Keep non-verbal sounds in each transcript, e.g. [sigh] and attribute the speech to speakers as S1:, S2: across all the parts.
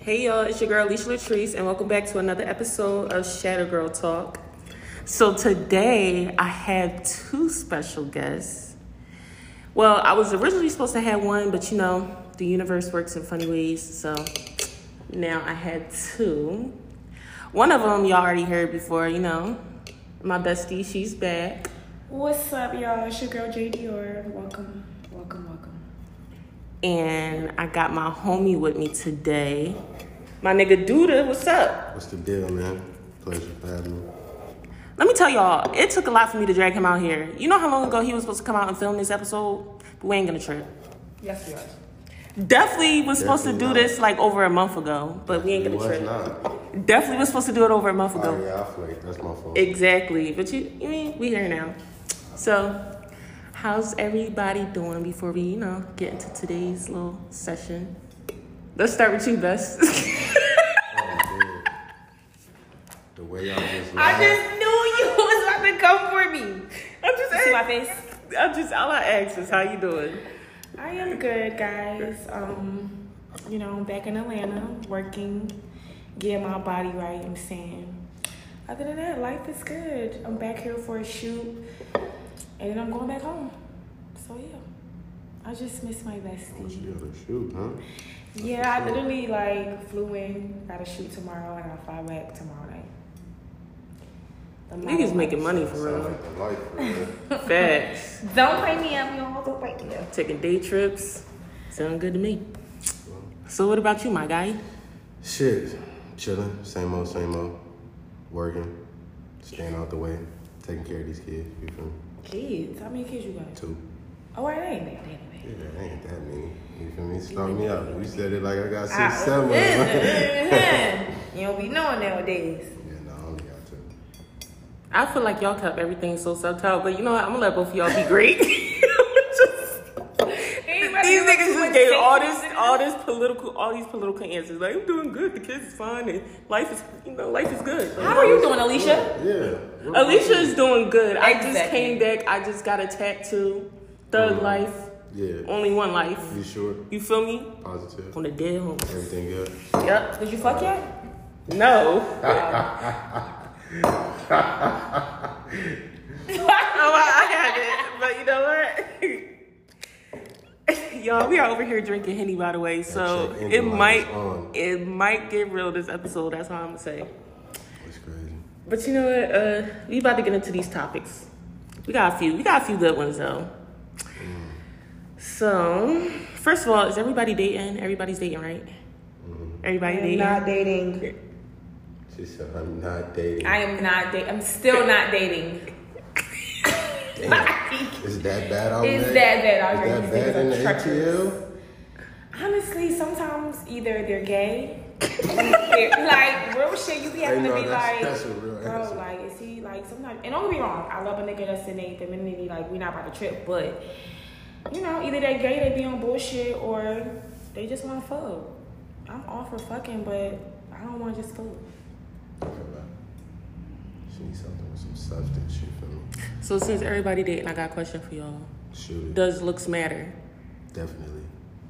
S1: Hey y'all, it's your girl Alicia Latrice, and welcome back to another episode of Shadow Girl Talk. So today I have two special guests. Well, I was originally supposed to have one, but you know, the universe works in funny ways, so now I had two. One of them y'all already heard before, you know, my bestie, she's back.
S2: What's up, y'all? It's your girl J Dior. Welcome, welcome, welcome.
S1: And I got my homie with me today. My nigga Duda, what's up?
S3: What's the deal, man? Pleasure for having me.
S1: Let me tell y'all, it took a lot for me to drag him out here. You know how long ago he was supposed to come out and film this episode? But we ain't gonna trip.
S2: Yes, you are.
S1: Definitely was supposed to do
S3: Definitely not.
S1: this like over a month ago, but we ain't gonna
S3: It was
S1: trip.
S3: not.
S1: Definitely was supposed to do it over a month ago.
S3: Oh, yeah, I flaked. That's my fault.
S1: Exactly. But you, you mean we here now. So, how's everybody doing before we, you know, get into today's little session? Let's start with you, Bess. [laughs]
S3: Oh, dude. The way y'all just
S2: I
S3: laughed.
S2: just knew you was about to come for me.
S1: I'm just
S2: You see my face?
S1: I'm just all I ask is how you doing?
S2: I am good, guys. Um, you know, I'm back in Atlanta, working, getting my body right. I'm saying. Other than that, life is good. I'm back here for a shoot, and then I'm going back home. So yeah, I just miss my
S3: What
S2: bestie.
S3: you gotta shoot, huh?
S2: Yeah, I literally like flew in, got a shoot tomorrow, and I fly back tomorrow night. The
S1: Niggas
S2: model
S1: making money for
S3: Sound
S1: real.
S3: like the life, man.
S1: Facts.
S2: life. Don't play me up, y'all. Don't play me up.
S1: Taking day trips. Sound good to me. So what about you, my guy?
S3: Shit. Chilling. Same old, same old. Working. Staying out the way. Taking care of these kids. You feel me?
S2: Kids, how many kids you got?
S3: Two.
S2: Oh, I ain't that many.
S1: [laughs]
S3: Yeah, ain't that many. You feel me? Start me out. You said it like I got six,
S2: Ah,
S3: seven. [laughs] yeah,
S2: you don't be knowing nowadays.
S3: no, I only got two.
S1: I feel like y'all kept everything so subtle, but you know what? I'm gonna let both of y'all be great. [laughs] Just- these niggas just gave all this, all this political, all these political answers. Like I'm doing good, the kids is fine, and life is, you know, life is good.
S2: How are you doing, Alicia?
S3: Yeah. we're-
S1: Alicia is doing good. I just
S2: Exactly.
S1: came back. I just got a tattoo. Thug
S3: Mm-hmm.
S1: life,
S3: Yeah.
S1: only one life.
S3: You sure?
S1: You feel me?
S3: Positive?
S1: On the dead home.
S3: Everything good?
S1: Yep.
S2: Did you fuck yet?
S1: No. Oh, I haven't. But you know what? [laughs] Y'all, we are over here drinking henny, by the way. So
S3: That shit
S1: it
S3: engine light
S1: might,
S3: is on.
S1: it might get real this episode. That's all I'm gonna say.
S3: It's crazy.
S1: But you know what? Uh, we about to get into these topics. We got a few. We got a few good ones though. So, first of all, is everybody dating? Everybody's dating, right? Everybody dating.
S2: dating.
S3: She said, I'm not dating.
S2: I am not dating. I'm still not dating.
S1: [laughs]
S3: Is that bad already?
S2: It's that bad
S3: Is
S2: already.
S3: that
S2: These
S3: bad
S2: niggas
S3: in the
S2: are treacherous.
S3: ATL?
S2: Honestly, sometimes either
S1: [laughs]
S2: they're gay, they're, like real shit. You be having
S3: Hey,
S2: to
S3: no,
S2: be
S3: that's-
S2: like,
S3: that's a real
S2: bro,
S3: [laughs] answer.
S2: like is he like sometimes? And don't get me wrong, I love a nigga that's innate femininity. Like we not about to trip, but you know, either they're gay, they be on bullshit, or they just want to fuck. I'm all for fucking, but I don't want to just fuck.
S3: She needs something with some substance. You feel me?
S1: So since everybody dating, I got a question for y'all.
S3: Shoot it.
S1: Does looks matter?
S3: Definitely.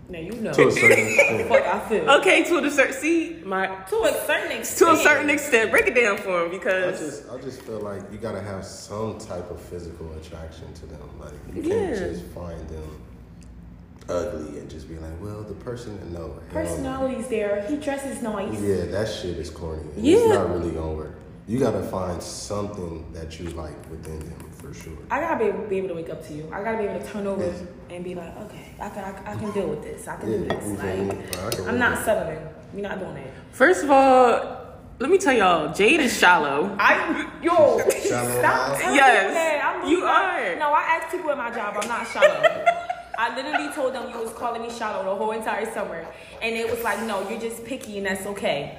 S2: Now you know.
S3: To a certain extent.
S2: Fuck, I feel.
S1: Okay, to a certain see my
S2: to a certain extent.
S1: to a certain extent, break it down for him
S3: I
S1: because
S3: just, I just feel like you gotta have some type of physical attraction to them. Like you
S1: Yeah.
S3: can't just find them ugly and just be like, well, the person. No. hell no.
S2: Personality's there. He dresses nice.
S3: Yeah, that shit is corny. and It's
S1: Yeah.
S3: not really gonna work. You gotta find something that you like within them for sure.
S2: I gotta be able, be able to wake up to you. I gotta be able to turn over and be like, okay, I can, I, can- I can deal with this. I can
S3: Yeah,
S2: do
S3: you
S2: this.
S3: feel me?
S2: Like,
S3: But I can
S2: I'm
S3: really-
S2: not settling. We're not doing that.
S1: first of all, let me tell y'all, Jade is shallow.
S2: I yo,
S3: Shallow
S2: stop
S3: eyes?
S2: telling
S1: Yes,
S2: people that. I'm
S1: you
S2: not-
S1: are.
S2: No, I asked people at my job. I'm not
S1: [laughs]
S2: shallow. I literally told them you was calling me shallow the whole entire summer, and it was like, no, you're just picky, and that's okay.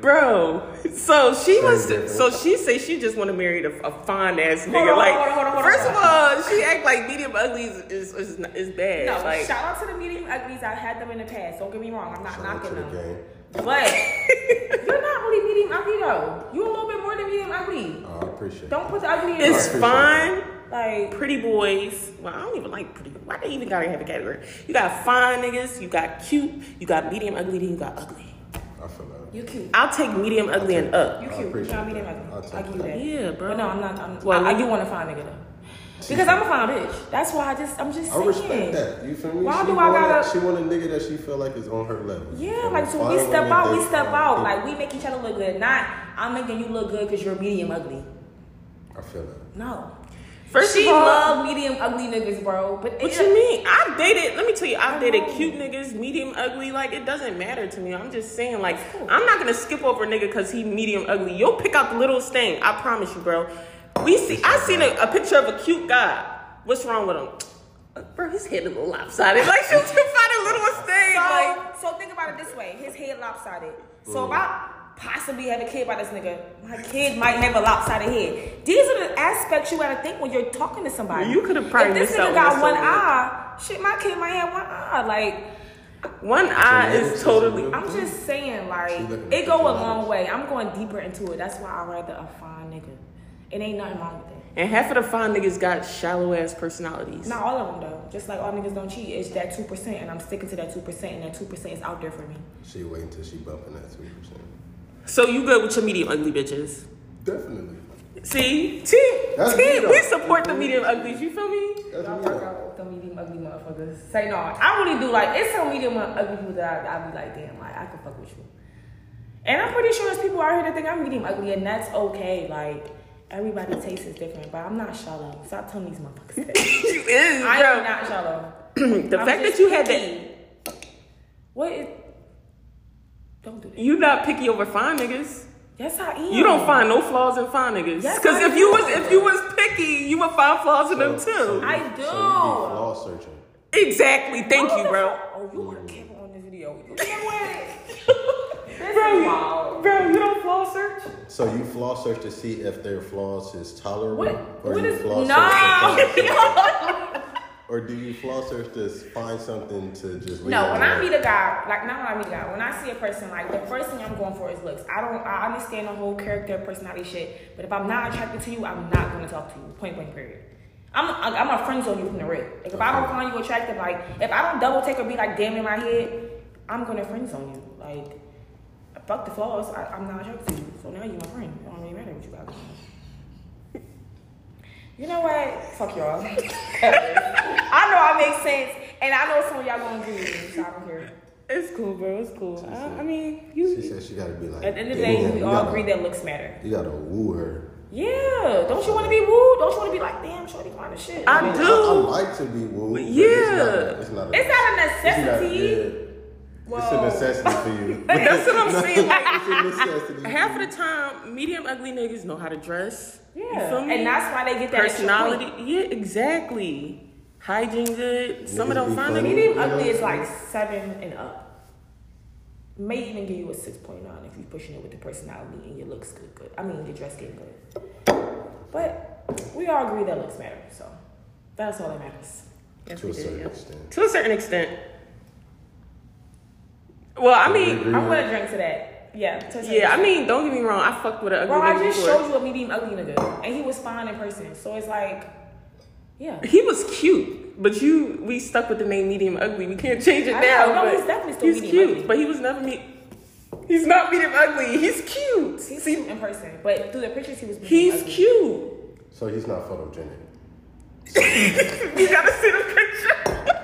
S1: Bro, so she
S3: Same
S1: was
S3: difference.
S1: so she say she just want to marry a, a fine ass
S2: on,
S1: nigga.
S2: hold
S1: like,
S2: on, hold on, hold on,
S1: first
S2: hold
S1: of all, she act like medium ugly is is, is, n- is bad.
S2: No,
S1: like,
S2: shout out to the medium uglies. I had them in the past. Don't get me wrong. I'm not
S3: Shout out
S2: knocking
S3: to the
S2: them.
S3: gang.
S2: But you're not really medium ugly though. You're a little bit more than medium ugly.
S3: Oh, I appreciate.
S2: Don't put the ugly in
S1: it's
S3: I appreciate
S1: fine.
S2: like
S1: Pretty boys. Well, I don't even like pretty. Why they even gotta have a category? You got fine niggas. You got cute. You got medium ugly. Then you got ugly.
S3: I feel that.
S2: You cute.
S1: I'll take medium, ugly, and up.
S2: You
S3: I
S2: cute.
S3: appreciate
S2: Try me
S3: that.
S2: that.
S3: I'll take
S2: I'll give you
S3: that.
S2: that.
S1: Yeah, bro.
S2: But no, I'm not. I'm,
S1: Well,
S2: I, I do want to find a nigga though, because I'm a fine bitch. That's why I just I'm just
S3: I
S2: saying.
S3: respect that. You feel me?
S2: Why
S3: she
S2: do I
S3: want a-
S2: gotta-
S3: She want a nigga that she feel like is on her level. You
S2: Yeah,
S3: feel
S2: like
S3: me?
S2: so
S3: Find
S2: we step
S3: women
S2: out,
S3: that
S2: we step
S3: find
S2: out.
S3: people.
S2: Like we make each other look good. Not I'm making you look good because you're medium ugly.
S3: I feel that.
S2: No.
S1: First
S2: she
S1: of all,
S2: love medium ugly niggas, bro. But
S1: What
S2: it-
S1: you mean? I've dated. Let me tell you, I've
S2: I
S1: dated
S2: know.
S1: cute niggas, medium ugly. Like it doesn't matter to me. I'm just saying. Like I'm not gonna skip over a nigga because he medium ugly. You'll pick out the littlest thing. I promise you, bro. We see. I seen a, a picture of a cute guy. What's wrong with him? Uh, Bro, his head a little lopsided. Like you can find the littlest thing.
S2: So,
S1: Like
S2: so think about it this way: his head lopsided. So if I possibly have a kid by this nigga, my kid might have a lopsided head. These are the aspects you gotta think when you're talking to somebody.
S1: You could've probably
S2: If this
S1: missed out
S2: nigga
S1: on
S2: got
S1: this
S2: one
S1: so much.
S2: eye, shit, my kid might have one eye. Like
S1: one eye
S3: little-
S1: is totally.
S2: I'm just saying, like
S3: She looking
S2: it
S3: at
S2: go
S3: you
S2: a
S3: like-
S2: long way. I'm going deeper into it. That's why I rather a fine nigga. It ain't nothing wrong with that.
S1: And half of the fine niggas got shallow ass personalities.
S2: Not all of them though. Just like all niggas don't cheat. It's that two percent, and I'm sticking to that two percent, and that two percent is out there for me.
S3: She wait until she bumping that three percent.
S1: So you good with your medium ugly bitches?
S3: Definitely.
S1: See, team,
S3: That's me,
S1: team,
S3: though. Mm-hmm.
S1: we support the medium uglies. You feel me?
S3: That's
S2: Y'all
S3: me.
S2: fuck
S3: though.
S2: out with them medium ugly motherfuckers. Say no, I really do like it's some medium ugly people that I, I be like, damn, like I could fuck with you. And I'm pretty sure there's people out here that think I'm medium ugly, and that's okay. Like everybody's taste is different, but I'm not shallow. Stop telling these motherfuckers. That.
S1: [laughs] you is,
S2: I
S1: bro.
S2: am not shallow.
S1: [clears throat] the
S2: I'm
S1: fact that
S2: just
S1: you had that,
S2: picky. What is? Don't do that.
S1: you not picky over fine niggas.
S2: Yes, I am.
S1: You don't find no flaws in fine niggas.
S2: Yes,
S1: Cause
S2: I
S1: if you
S2: do.
S1: was if you was picky, you would find flaws in them
S3: So- so
S1: too.
S3: you-
S2: I
S3: So you be
S2: do.
S3: flaw searching.
S1: Exactly. Thank
S2: What
S1: you,
S2: the
S1: bro. Mm.
S2: fuck? Oh, you were camera on this video. You can't
S1: [laughs]
S2: wear it. This
S1: Bro,
S2: is
S1: you,
S2: wild.
S1: bro, you don't flaw search.
S3: So you flaw search to see if their flaws is tolerable,
S2: What?
S3: or
S2: What
S3: you
S2: is?
S3: flaw
S2: No. [laughs]
S3: search to find-
S2: no.
S3: or do you flaw search to find something to just leave
S2: No,
S3: it
S2: when
S3: alone?
S2: I meet a guy, like not when I meet a guy, when I see a person, like the first thing I'm going for is looks. I don't, I understand the whole character, personality shit, but if I'm not attracted to you, I'm not going to talk to you. Point blank, period. I'm, I'm a friend zone you from the rip. Like if I don't find you attractive, like if I don't double take or be like damn in my head, I'm going to friend zone you. Like fuck the flaws, I, I'm not attracted to you, so now you're my friend. It don't really matter what you got. going on. You know what? Fuck y'all. [laughs] I know I make sense, and I know some of y'all gonna agree with me, so I don't care.
S1: It's cool, bro. It's cool. I, I mean,
S3: she
S1: you.
S3: said she gotta be like.
S2: At the end of the
S3: "Damn,
S2: day, we
S3: you
S2: all
S3: gotta-
S2: agree that looks matter.
S3: you gotta woo her.
S2: Yeah. Don't you want to be wooed? Don't you want to be like, damn, shorty, kind of shit.
S1: I
S3: I,
S1: do.
S3: I like to be wooed. but
S1: Yeah.
S3: it's not. A,
S2: it's not a
S3: it's not a-
S2: necessity.
S3: yeah. It's a
S2: Whoa.
S3: necessity
S2: [laughs]
S3: for you.
S1: That's
S3: [laughs]
S1: what I'm saying. Like,
S3: it's a necessity. for
S1: half
S3: you.
S1: of the time, medium ugly niggas know how to dress. You
S2: Yeah.
S1: feel me?
S2: And that's why they get that extra
S1: personality. Yeah, exactly. Hygiene good. Some of
S3: Niggas
S1: them
S3: be
S1: fine
S3: funny.
S1: niggas.
S2: Medium
S3: Yeah.
S2: ugly is like seven and up. May even give you a six point nine if you're pushing it with the personality and your looks good. Good. I mean, your dress getting good. But we all agree that looks matter. So that's all that matters.
S1: Yes,
S3: To
S1: we
S3: a
S1: do,
S3: certain
S1: yeah.
S3: extent.
S1: To a certain extent. Well, I mean,
S3: agree
S2: I'm
S3: with-
S2: gonna drink to that. Yeah. to a certain
S1: yeah, I mean, don't get me wrong. I fucked with an ugly
S2: Bro, I
S1: nigga
S2: just
S1: before.
S2: showed you a medium ugly nigga, and he was fine in person. So it's like, yeah.
S1: He was cute, but you we stuck with the name medium ugly. We can't change it
S2: I
S1: now.
S2: know, no,
S1: but
S2: he's definitely still
S1: he's
S2: medium
S1: cute,
S2: ugly.
S1: but he was never me. He's not medium ugly. He's cute.
S2: He's
S1: See,
S2: cute in person, but through the pictures he was. medium
S1: he's
S2: ugly.
S1: cute. [laughs]
S3: So he's not photogenic.
S1: You gotta see the picture.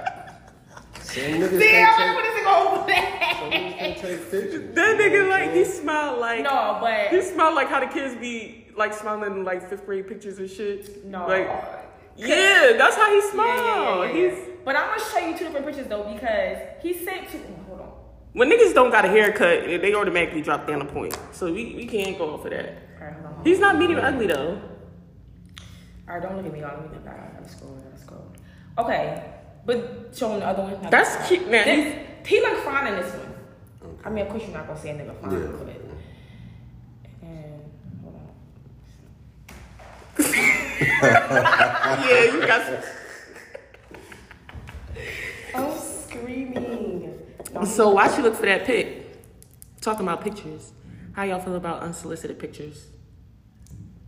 S3: Some niggas
S2: Damn, I
S3: can't
S2: put this nigga over there.
S3: take, some niggas
S2: [laughs]
S3: can't take pictures.
S1: That
S3: you know
S1: nigga
S3: what I'm
S1: like he smiled like
S2: No,
S1: he
S2: but
S1: smiled like how the kids be like smiling in, like fifth grade pictures and shit.
S2: no.
S1: Like yeah, that's how he
S2: Yeah,
S1: smiled.
S2: yeah, yeah, yeah, yeah.
S1: He's
S2: But I'm gonna show you two different pictures though because he sent two. oh, Hold on.
S1: when niggas don't got a haircut, they automatically drop down a point. So we, we can't go off of that.
S2: All right, hold on.
S1: He's not medium ugly though.
S2: All right, don't look at me. Y'all. Let me look back. I'm scrolling. I'm scrolling. Okay, but showing the other one. not
S1: That's
S2: this one.
S1: cute, man.
S2: [laughs] This, he look fine in this one. I mean, of course you're not gonna say a nigga fine,
S3: Yeah.
S2: but. And hold on.
S1: yeah, you got
S2: I'm screaming. No,
S1: So why she look for that pic? Talking about pictures. How y'all feel about unsolicited pictures?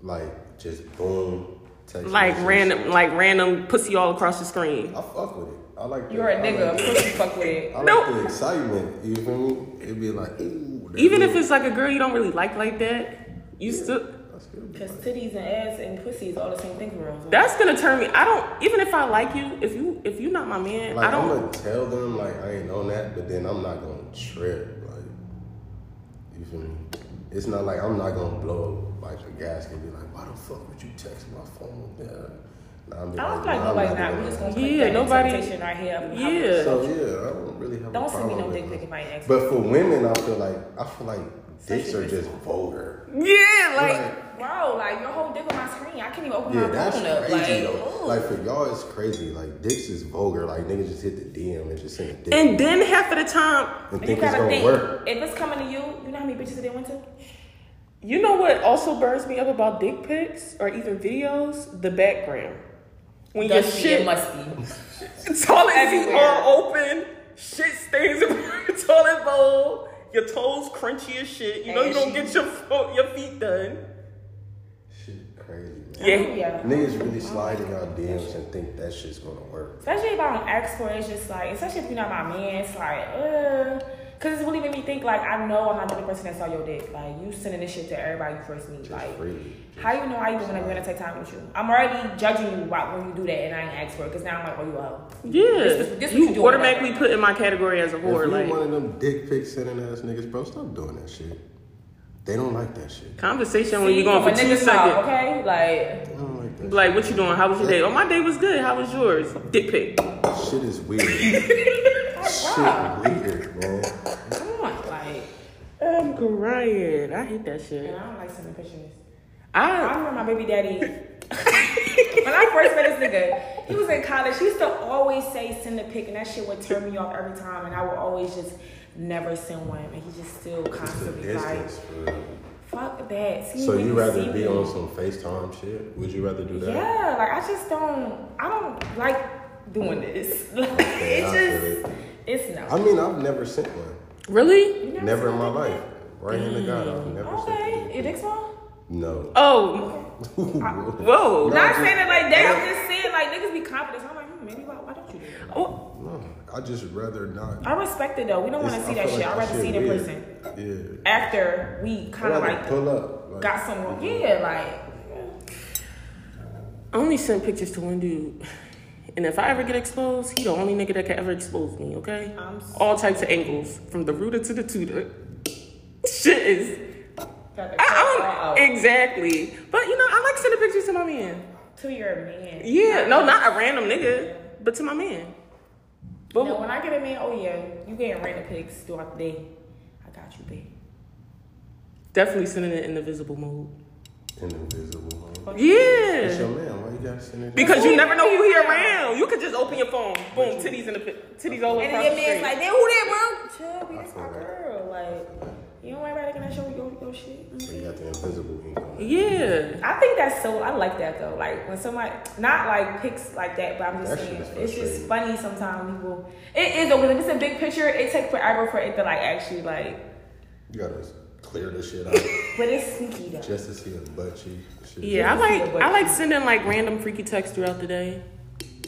S3: Like just boom. Text
S1: Like
S3: messages.
S1: random like random pussy all across the screen.
S3: I fuck with it. I like. the-
S2: You're a
S3: I
S2: nigga.
S3: like
S2: Of
S3: the-
S2: course you fuck with it.
S3: I like
S1: No.
S3: the excitement. You feel me? It'd be like, ooh. that
S1: Even
S3: good.
S1: if it's like a girl you don't really like like that, you still
S3: That's good.
S2: Because titties and ass and pussy is all the same thing for us.
S1: that's gonna turn me. I don't even if I like you, if you if you're not my man,
S3: Like
S1: I
S3: I'm
S1: don't.
S3: gonna tell them like I ain't on that, but then I'm not gonna trip. Like you feel me? It's not like I'm not gonna blow like a gasket and be like, why the fuck would you text my phone? Yeah. Nah, I'm
S2: I don't feel like nobody's not. We just gonna
S1: Yeah,
S2: yeah, that
S1: nobody-
S2: nobody, interpretation right here. of how-
S1: Yeah.
S3: So yeah, I don't really have. a
S2: Don't send me
S3: problem
S2: no
S3: with
S2: dick pic
S3: it.
S2: if I ain't asking.
S3: But for women, I feel like I feel like dicks
S2: Sexually
S3: are just vulgar.
S1: Yeah, like
S2: Bro, like your whole dick on my screen. I can't even open
S3: Yeah,
S2: my
S3: that's
S2: phone up.
S3: crazy
S2: like,
S3: though.
S2: ooh.
S3: Like for y'all, it's crazy. Like dicks is vulgar. Like niggas just hit the DM and just send a dick
S1: and then half of the time,
S3: and
S2: And
S3: think it's gonna work.
S2: If it's coming to you, you know how many bitches it done went to?
S1: you know what also burns me up about dick pics or even videos? The background when your
S2: Dusty,
S1: shit
S2: It must be.
S1: toilet seat
S2: Everywhere.
S1: all open, shit stains in your [laughs] toilet bowl, your toes crunchy as shit. You know you don't
S2: Ashy.
S1: get your fo- your feet done.
S3: Shit, crazy. Man.
S1: Yeah.
S3: Niggas really sliding out DMs and think that shit's gonna work.
S2: Especially if I don't ask for it, it's just like, especially if you're not my man, it's like, uh. Cause it's really made me think like I know I'm not the only person that saw your dick. Like you sending this shit to everybody you first meet.
S3: Just
S2: Like
S3: freely. Just-
S2: how you know I even want to gonna take time with you? I'm already judging you why when you do that and I ain't asked for it. Cause now I'm like, oh you a hoe.
S1: Yeah,
S2: This- this what
S1: you,
S2: you doing
S1: automatically
S2: right
S1: put in my category as a
S3: If
S1: whore.
S3: you
S1: Like
S3: one of them dick pic sending ass niggas, bro, stop doing that shit. They don't like that shit.
S1: conversation when Oh, you
S2: See,
S1: going
S2: from
S1: for
S2: a
S1: two
S2: nigga's
S1: seconds.
S2: mouth, Okay, like
S3: They don't like that.
S1: Like, what you doing? How was your day? Oh, my day was good. How was yours? Dick
S2: [laughs]
S1: pic.
S3: shit. shit is weird. shit weird, man.
S2: come on, like.
S1: I'm crying. I hate that
S2: And
S1: shit.
S2: I don't like sending pictures. I
S1: I
S2: remember my baby daddy. [laughs] when I first met this nigga, he was in college. He used to always say send a pic, and that shit would turn me off every time. And I would always just never send one. And he just still
S3: It's a
S2: constantly like,
S3: distance. bro.
S2: fuck that. See
S3: So
S2: me,
S3: you
S2: see
S3: rather
S2: me.
S3: be on some FaceTime shit? Would you rather do that?
S2: Yeah, like I just don't. I don't like doing this. [laughs] Like
S3: Okay, I feel
S2: it
S3: it.
S2: just, it's no.
S3: I mean, I've never sent one.
S1: really?
S2: You
S3: Never in my
S2: seen
S3: life. Right hand to God, I've
S2: it?
S3: never sent
S2: Okay,
S3: a
S2: your
S3: dick pic.
S2: dick's small.
S3: No.
S1: Oh, whoa.
S3: [laughs] No, I
S2: Not
S3: just-
S2: saying it like that. I'm just saying like niggas be confident. So I'm like, hmm, maybe why, why don't you do that?
S1: Oh,
S3: No, I just rather not.
S2: I respect it though. We don't want to
S3: It's-
S2: see
S3: I
S2: that
S3: feel
S2: shit.
S3: like
S2: I'd rather see it in
S3: weird.
S2: person.
S3: Yeah.
S2: After we kind
S3: I'd
S2: of
S3: rather
S2: like
S3: pull up. Like, Mm-hmm.
S2: got some, yeah, like
S1: I only send pictures to one dude. And if I ever get exposed, he the only nigga that can ever expose me, okay?
S2: I'm s-
S1: All types of angles, from the rooter to the tutor. Shit is.
S2: got the
S1: I,
S2: cut
S1: I
S2: all
S1: don't,
S2: out.
S1: exactly. But you know, I like sending pictures to my man.
S2: to your man.
S1: Yeah, no, not a random nigga, but to my man. But
S2: No, when I get a man, oh yeah, you getting random pics throughout the day. I got you, babe.
S1: definitely sending it in the visible mode.
S3: An invisible home. It's
S1: Yeah.
S3: your man. Why you gotta send it?
S1: Because you never know who he around. You could just open your phone, boom, titties in the pi- titties all
S2: And
S1: across the
S2: then your man's
S1: street.
S2: like, then who that, bro? Chill, be that's
S3: I
S2: my
S3: feel that.
S2: girl. Like, you don't worry about it. Can I show you your, your shit?
S3: So you got the invisible ink on it.
S1: Yeah.
S2: I think that's so. I like that though. Like when somebody, not like pics like that, but I'm just
S3: That shit
S2: saying,
S3: is
S2: it's just funny
S3: frustrating.
S2: sometimes people. It is though, because if it's a big picture, it takes forever for it to like actually like.
S3: You gotta clear the shit out [laughs]
S2: But it's sneaky though.
S3: just to see a butt cheek. Shit.
S1: Yeah, I like I like sending like random freaky texts throughout the day.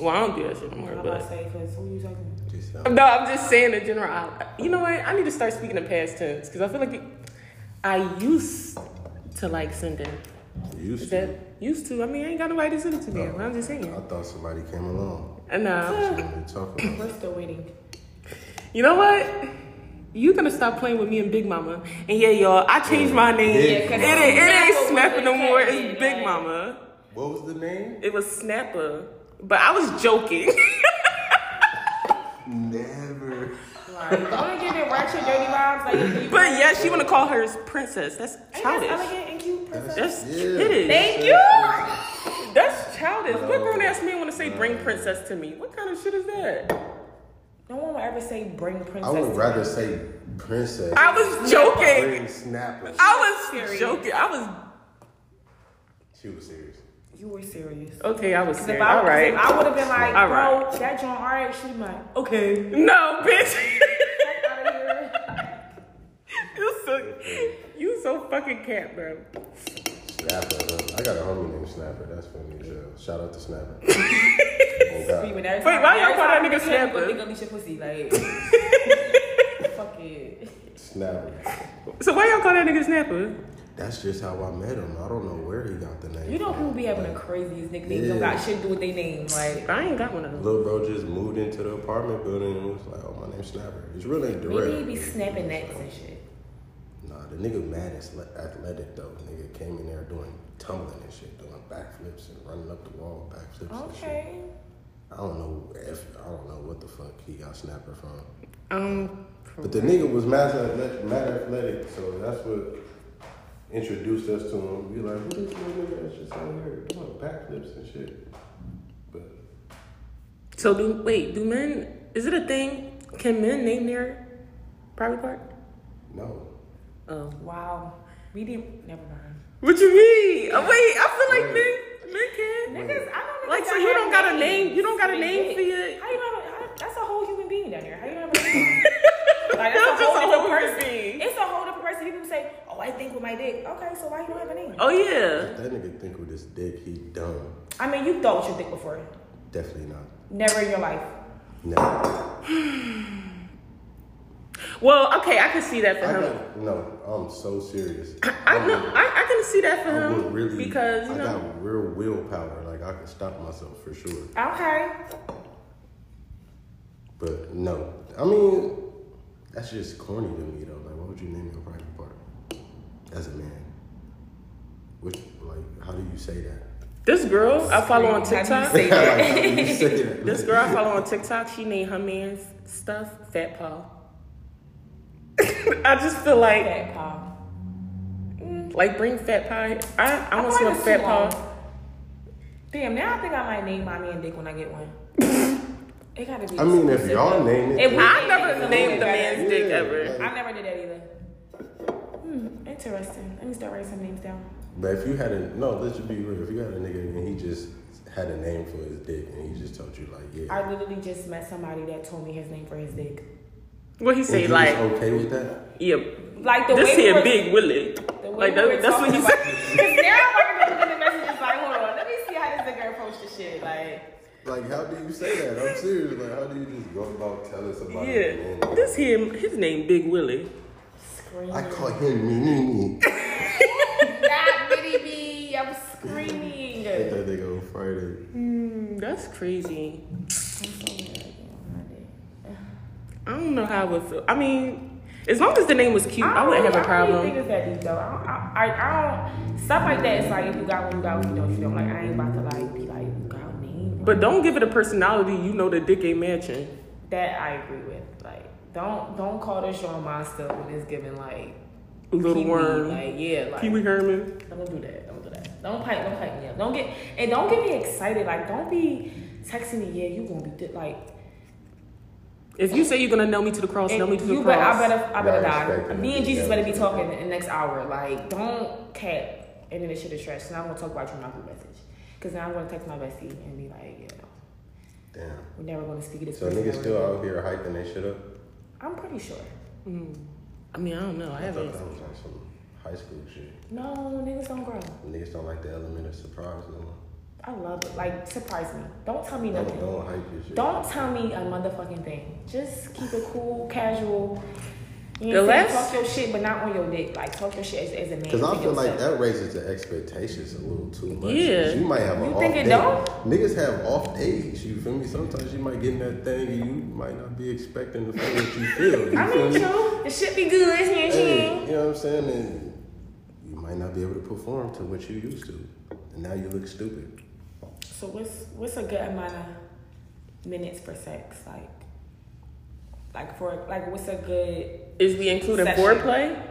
S1: Well, I don't do that shit no more,
S2: I'm about to
S1: but
S2: say, cause who you talking?
S3: Just how-
S1: no, I'm just saying in general. I, you know what? I need to start speaking in past tense because I feel like it, I used to like sending.
S3: Used
S1: That
S3: to.
S1: used to. I mean, I ain't got nobody to send it to me.
S3: No.
S1: I'm just saying.
S3: I thought somebody came along.
S1: And uh,
S3: That's what we talking about.
S2: We're still waiting.
S1: You know what? You're gonna stop playing with me and Big Mama. And yeah, y'all, I changed my name.
S3: Yeah,
S1: it,
S3: 'cause
S1: ain't, it ain't
S2: Snapper
S1: Snapper no
S2: was
S1: more.
S2: the
S1: It's
S2: cat,
S1: Big
S2: like-
S1: Mama.
S3: What was the name?
S1: It was Snapper. But I was joking. [laughs]
S3: Never.
S2: Like, don't wanna give it ratchet, dirty vibes. Like,
S3: [laughs]
S2: you,
S1: but yeah, she wanna call hers princess. That's
S2: ain't that
S1: childish.
S2: elegant and cute, princess?
S1: That's
S3: Yeah.
S1: kiddish.
S2: Thank you.
S1: That's childish. What grown ass man wanna say bring princess to me? What kind of shit is that?
S2: No one will ever say bring princess.
S3: I would
S2: to
S3: rather
S2: me.
S3: say princess.
S1: I was joking.
S3: Ring snapper.
S1: I was
S2: Serious.
S1: joking. I was
S3: She was serious.
S2: You were
S3: [laughs]
S2: serious.
S1: okay. I was
S2: Cause if
S1: serious.
S2: I,
S1: All
S2: All
S1: right.
S2: I would have been like,
S1: All
S2: bro, that joint, all right, she might. Okay. [laughs]
S1: no, bitch. [laughs]
S2: Fuck outta here.
S1: you so you so fucking cat, bro.
S2: [laughs]
S3: Snapper. huh? I got a homie named Snapper. That's funny. as hell. Shout out to Snapper. Thank Oh, God.
S2: screaming every
S1: Wait,
S2: time-
S1: why y'all
S2: every
S1: call that
S2: time
S1: nigga
S2: I hear him,
S1: snapper?
S2: Go think Alicia pussy, like. [laughs] fuck it.
S3: Snapper.
S1: So why y'all call that nigga Snapper?
S3: That's just how I met him. I don't know where he got the name.
S2: You know who
S3: from.
S2: be having the craziest nicknames? Don't
S3: Yeah.
S2: got shit to do with their name, like.
S1: I ain't got one of those.
S3: Little bro just moved into the apartment building and was like, "Oh, my name's Snapper." It's really direct.
S2: Maybe he be snapping necks and shit.
S3: Nah, the nigga mad as le- athletic though. Nigga came in there doing tumbling and shit, doing backflips and running up the wall, backflips and shit.
S2: Okay.
S3: I don't know if I don't know what the fuck he got snapper from.
S1: Um,
S3: But the nigga was mad athletic, mad athletic, so that's what introduced us to him. We like, what is this nigga that's just out here doing backflips and shit? But
S1: so do wait, do men? Is it a thing? Can men name their private part?
S3: no,
S1: Oh,
S2: Wow. We didn't. Never mind.
S1: what you mean? Oh, wait, I feel like men men can.
S2: Niggas, I don't know.
S1: Like,
S2: if
S1: so
S2: y'all
S1: you
S2: have
S1: don't got a
S2: names.
S1: name- you don't got a name
S2: Shit.
S1: for your-
S2: How you don't have a- how- That's a whole human being down here. How [laughs] you don't have a name?
S1: That's
S2: Like, that's
S1: just
S2: a whole
S1: a
S2: different
S1: whole
S2: person.
S1: thing.
S2: It's a whole different person. People say, "Oh, I think with my dick." Okay, so why you don't have a name?
S1: Oh yeah.
S3: that nigga think with his dick, he dumb.
S2: I mean, you thought with your dick before.
S3: Definitely not.
S2: Never in your life.
S1: Uh-huh.
S3: No,
S1: Well, okay, I can see that for
S3: I
S1: him.
S3: got, no, I'm so serious.
S1: [coughs] I know. I, I can see that for
S3: I would
S1: him
S3: really
S1: because you
S3: I
S1: know.
S3: got real willpower. Like I can stop myself for sure.
S2: Okay.
S3: But no, I mean that's just corny to me though. Like, why would you name your private part as a man? Which like, how do you say that? [laughs]
S1: This girl I follow on
S2: Scream.
S1: TikTok.
S2: Have you
S3: like, how do you say that?
S1: [laughs] This girl I follow on TikTok, she named her man's stuff Fat Paw. [laughs] I just feel like,
S2: Fat paw.
S1: like bring Fat Paw. I, I
S2: I
S1: want to
S2: feel like
S1: see a
S2: it's
S1: Fat
S2: too
S1: Paw.
S2: long. Damn. Now I think I might name my man dick when I get one. it gotta be.
S3: I mean, if
S2: exclusive.
S3: y'all name it,
S2: If we
S1: I
S2: name it,
S1: never
S2: it's a
S1: named the
S2: little better.
S1: man's dick
S3: Yeah,
S1: ever.
S3: like-
S2: I never did that either.
S4: Hmm, interesting. Let me start writing some names down.
S3: but if you had a no, let's just be real. If you had a nigga and he just had a name for his dick and he just told you like, yeah,
S2: I literally just met somebody that told me his name for his dick.
S1: What he
S3: and
S1: say,
S3: you
S1: like,
S3: was okay with that?
S1: yeah,
S2: Like the
S1: this
S2: way we
S1: here
S2: were- [laughs]
S1: big Willie.
S2: The way
S1: Like,
S2: we were
S1: that, that's what he
S2: talking
S1: said.
S2: Because now I'm looking at the messages like, hold on, let me see how this nigga approached the shit. Like,
S3: Like, how do you say that? I'm serious. Like, how do you just go about telling somebody? your
S1: Yeah,
S3: name?
S1: this here, his name Big Willie.
S3: I call him Mini.
S2: that bitty bee, I'm screaming.
S3: Hit that nigga on Friday.
S1: Mm, that's crazy. I don't know how I would feel. I mean, as long as the name was cute, I wouldn't have a
S2: I don't really
S1: problem.
S2: think it's that deep though. I don't, I, I, I don't. Stuff like that. It's like if you got one, you got one. You don't. You don't. Like I ain't about to like be like you got a name.
S1: But don't give it a personality you know the dick ain't matching.
S2: That I agree with. Like don't don't call this your monster when it's giving like
S1: Little
S2: Pee-wee,
S1: worm.
S2: Like yeah, like
S1: Pee Wee Herman.
S2: Don't do that. Don't do that. Don't pipe. Don't pipe me up. Don't get and don't get me excited. Like don't be texting me. Yeah, you gonna be di-" like.
S1: If you say you're gonna know me to the cross, know me
S2: And
S1: to the
S2: you
S1: cross.
S2: better. I better. I better
S3: Y'all expect
S2: die.
S3: it.
S2: Me and Jesus better be talking in the next hour. Like don't cap. And then this shit is trash. Now I'm gonna talk about you in my group message. Cause now I'm gonna text my bestie and be like, yeah, no,
S3: Damn.
S2: we're never gonna speak to this.
S3: So
S2: person
S3: niggas
S2: ever
S3: still
S2: again."
S3: out here hyping that shit up.
S2: I'm pretty sure.
S1: Mm. I mean, I don't know. I
S3: I thought
S1: haven't.
S3: that was like some high school shit.
S2: No, niggas don't grow.
S3: Niggas don't like the element of surprise no more.
S2: I love it. Like surprise me. Don't tell me
S3: Don't,
S2: nothing.
S3: don't hype your shit.
S2: Don't tell me a motherfucking thing. Just keep it cool, casual. You
S1: The
S2: know what I'm saying?
S1: last-
S2: talk your shit, but not on your dick. Like talk your shit as, as a man.
S3: Cause I
S2: Think
S3: feel like
S2: yourself.
S3: that raises the expectations a little too much.
S1: Yeah.
S3: You might have an
S2: You
S3: off
S2: think it
S3: day.
S2: don't?
S3: Niggas have off days. You feel me? Sometimes you might get in that thing and you might not be expecting the thing that you feel.
S2: [laughs]
S3: You
S2: I
S3: feel
S2: mean,
S3: me?
S2: true. It should be good. Yeah,
S3: Hey,
S2: yeah.
S3: you know what I'm saying? And you might not be able to perform to what you used to, and now you look stupid.
S2: So what's what's a good amount of minutes for sex? Like, like for like what's a good
S1: Is we including
S2: Session.
S1: foreplay?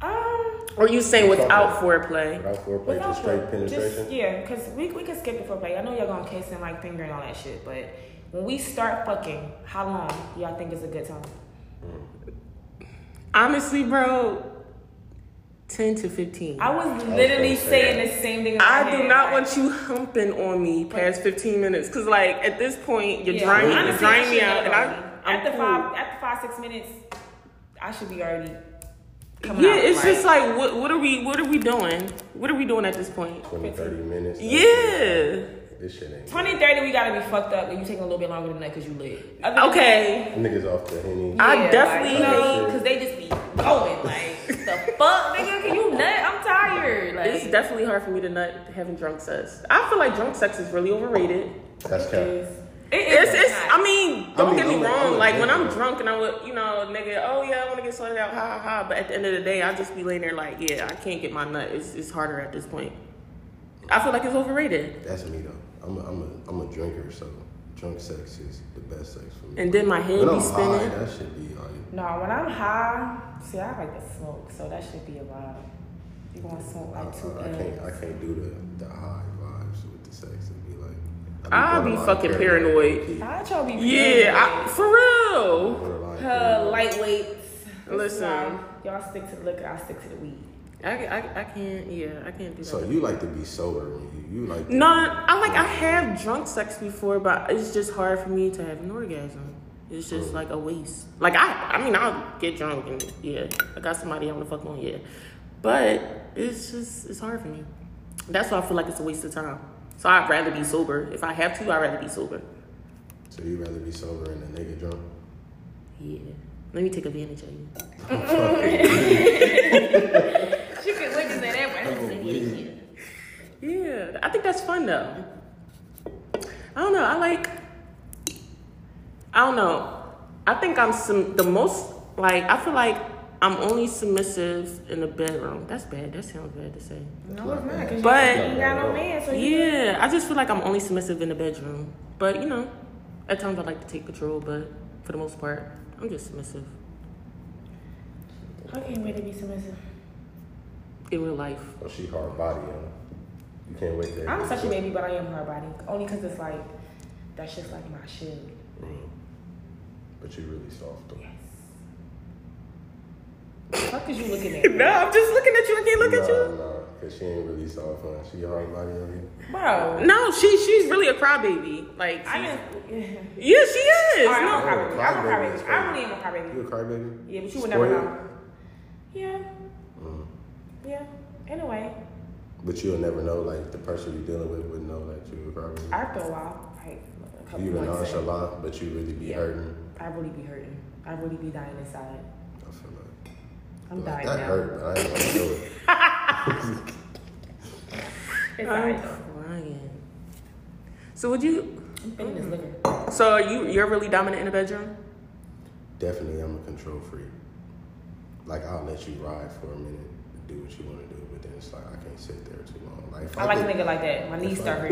S2: um
S1: Or you saying
S3: Talk
S1: without
S3: about-
S1: foreplay?
S3: Without foreplay,
S2: without
S3: just straight
S2: the-
S3: penetration.
S2: Just, yeah, because we we can skip it for play. I know y'all gonna kiss and like finger and all that shit, but when we start fucking, how long do y'all think is a good time?
S1: Honestly, bro, ten to fifteen.
S2: I was literally
S3: gonna say
S2: saying the same thing.
S1: I do not want you humping on me past fifteen minutes, cause like at this point you're drying, you're
S2: honestly, I
S1: drying
S2: should
S1: me
S2: know
S1: out, and
S2: already.
S1: I, I'm
S2: after
S1: cool.
S2: five after five six minutes, I should be already. Coming
S1: yeah,
S2: out,
S1: it's
S2: like-
S1: just like what what are we what are we doing? What are we doing at this point?
S3: 20, 30 minutes.
S1: Yeah.
S3: This shit ain't.
S2: 20, 30, we gotta be fucked up, and you taking a little bit longer than that because you lit.
S1: Okay.
S3: Niggas off the henny.
S1: I definitely-
S2: because they just be going like the fuck, nigga. Can you nut? I'm tired. Like
S1: It's definitely hard for me to not having drunk sex. I feel like drunk sex is really overrated.
S3: That's kind.
S2: it is
S1: It's, it's
S2: not.
S1: I mean, don't
S3: mean,
S1: get me
S3: I'm a-
S1: wrong.
S3: I'm a
S1: like when I'm
S3: nigga.
S1: drunk and I would, you know, nigga, oh yeah, I want to get sorted out, ha ha ha. But at the end of the day, I just be laying there like, yeah, I can't get my nut. It's, it's harder at this point. I feel like it's overrated.
S3: That's me though. I'm a, I'm a I'm a drinker, so drunk sex is the best sex for me.
S1: And then my head
S3: when
S1: be
S3: I'm high,
S1: spinning.
S3: that should be like.
S2: No, when I'm high, see, I like to smoke, so that should be a vibe. You gonna smoke
S3: I,
S2: like two
S3: I, I can't I can't do the the high vibes with the sex. It'd be like. I'd
S1: I'll be
S3: borderline
S1: fucking paranoid.
S2: I try to be
S1: Yeah, I,
S2: paranoid.
S1: for real.
S3: Borderline
S2: Uh,
S3: paranoid.
S2: lightweights. That's
S1: Listen.
S2: why Y'all stick to the liquor, I stick to the weed.
S1: I, I, I can't. Yeah, I can't do that.
S3: So you like to be sober when you you like. to-
S1: No, I like I have drunk sex before, but it's just hard for me to have an orgasm. It's just like a waste. Like I, I mean, I'll get drunk and yeah, I got somebody I'm gonna fuck on, yeah. But it's just it's hard for me. That's why I feel like it's a waste of time. So I'd rather be sober. If I have to, I'd rather be sober.
S3: So you rather be sober and a nigga drunk?
S1: Yeah. Let me take advantage of you.
S2: She could look at that
S1: Yeah, I think that's fun though. I don't know. I like. I don't know. I think I'm some the most like I feel like I'm only submissive in the bedroom. That's bad. That sounds bad to say.
S2: No, it's not, because
S1: But-
S2: you ain't got no man, so you
S1: Yeah, I just feel like I'm only submissive in the bedroom. But you know, at times I like to take control. But for the most part, I'm just submissive
S2: I can't wait to be submissive.
S1: in real life.
S3: Oh, she hard body, huh? You can't wait to.
S2: I'm such a baby, but I am her body. Only because it's like, that's just like my shield.
S3: Mm. But you really soft though.
S2: The fuck is you looking at?
S1: [laughs]
S3: [laughs]
S1: No, I'm just looking at you. I can't look
S3: nah,
S1: at you.
S3: Nah, cause she ain't really soft, huh? She hard body on you.
S2: Bro.
S1: No, she she's really a crybaby. Like,
S2: I
S1: she's-
S2: didn't. [laughs]
S1: yeah, she is.
S2: All right,
S1: No,
S2: I'm a crybaby. I'm a
S3: Crybaby
S2: crybaby.
S3: is
S2: I really am a crybaby. Yeah,
S3: You a crybaby?
S2: but you would never
S3: Spoiled?
S2: know. Yeah,
S3: Mm.
S2: yeah. Anyway,
S3: But you'll never know. Like the person you're dealing with would know that you a crybaby.
S2: after a while, like a couple
S3: You were
S2: months, in,
S3: nonchalant, but you really be
S2: Yeah.
S3: hurting.
S2: I really be hurting. I really be dying inside.
S3: I feel like,
S2: I'm
S3: like
S2: dying
S3: that
S2: now.
S3: hurt, but I ain't gonna do it.
S2: It's
S1: I'm
S2: alright.
S1: crying. So would you?
S2: I'm feeling this liquor.
S1: So are you you're really dominant in the bedroom?
S3: Definitely, I'm a control freak. Like I'll let you ride for a minute, do what you want to do, but then it's like I can't sit there too long. Like if
S2: I like a
S3: [laughs] could-
S2: nigga like that. My knees
S3: It's
S2: start
S3: fine.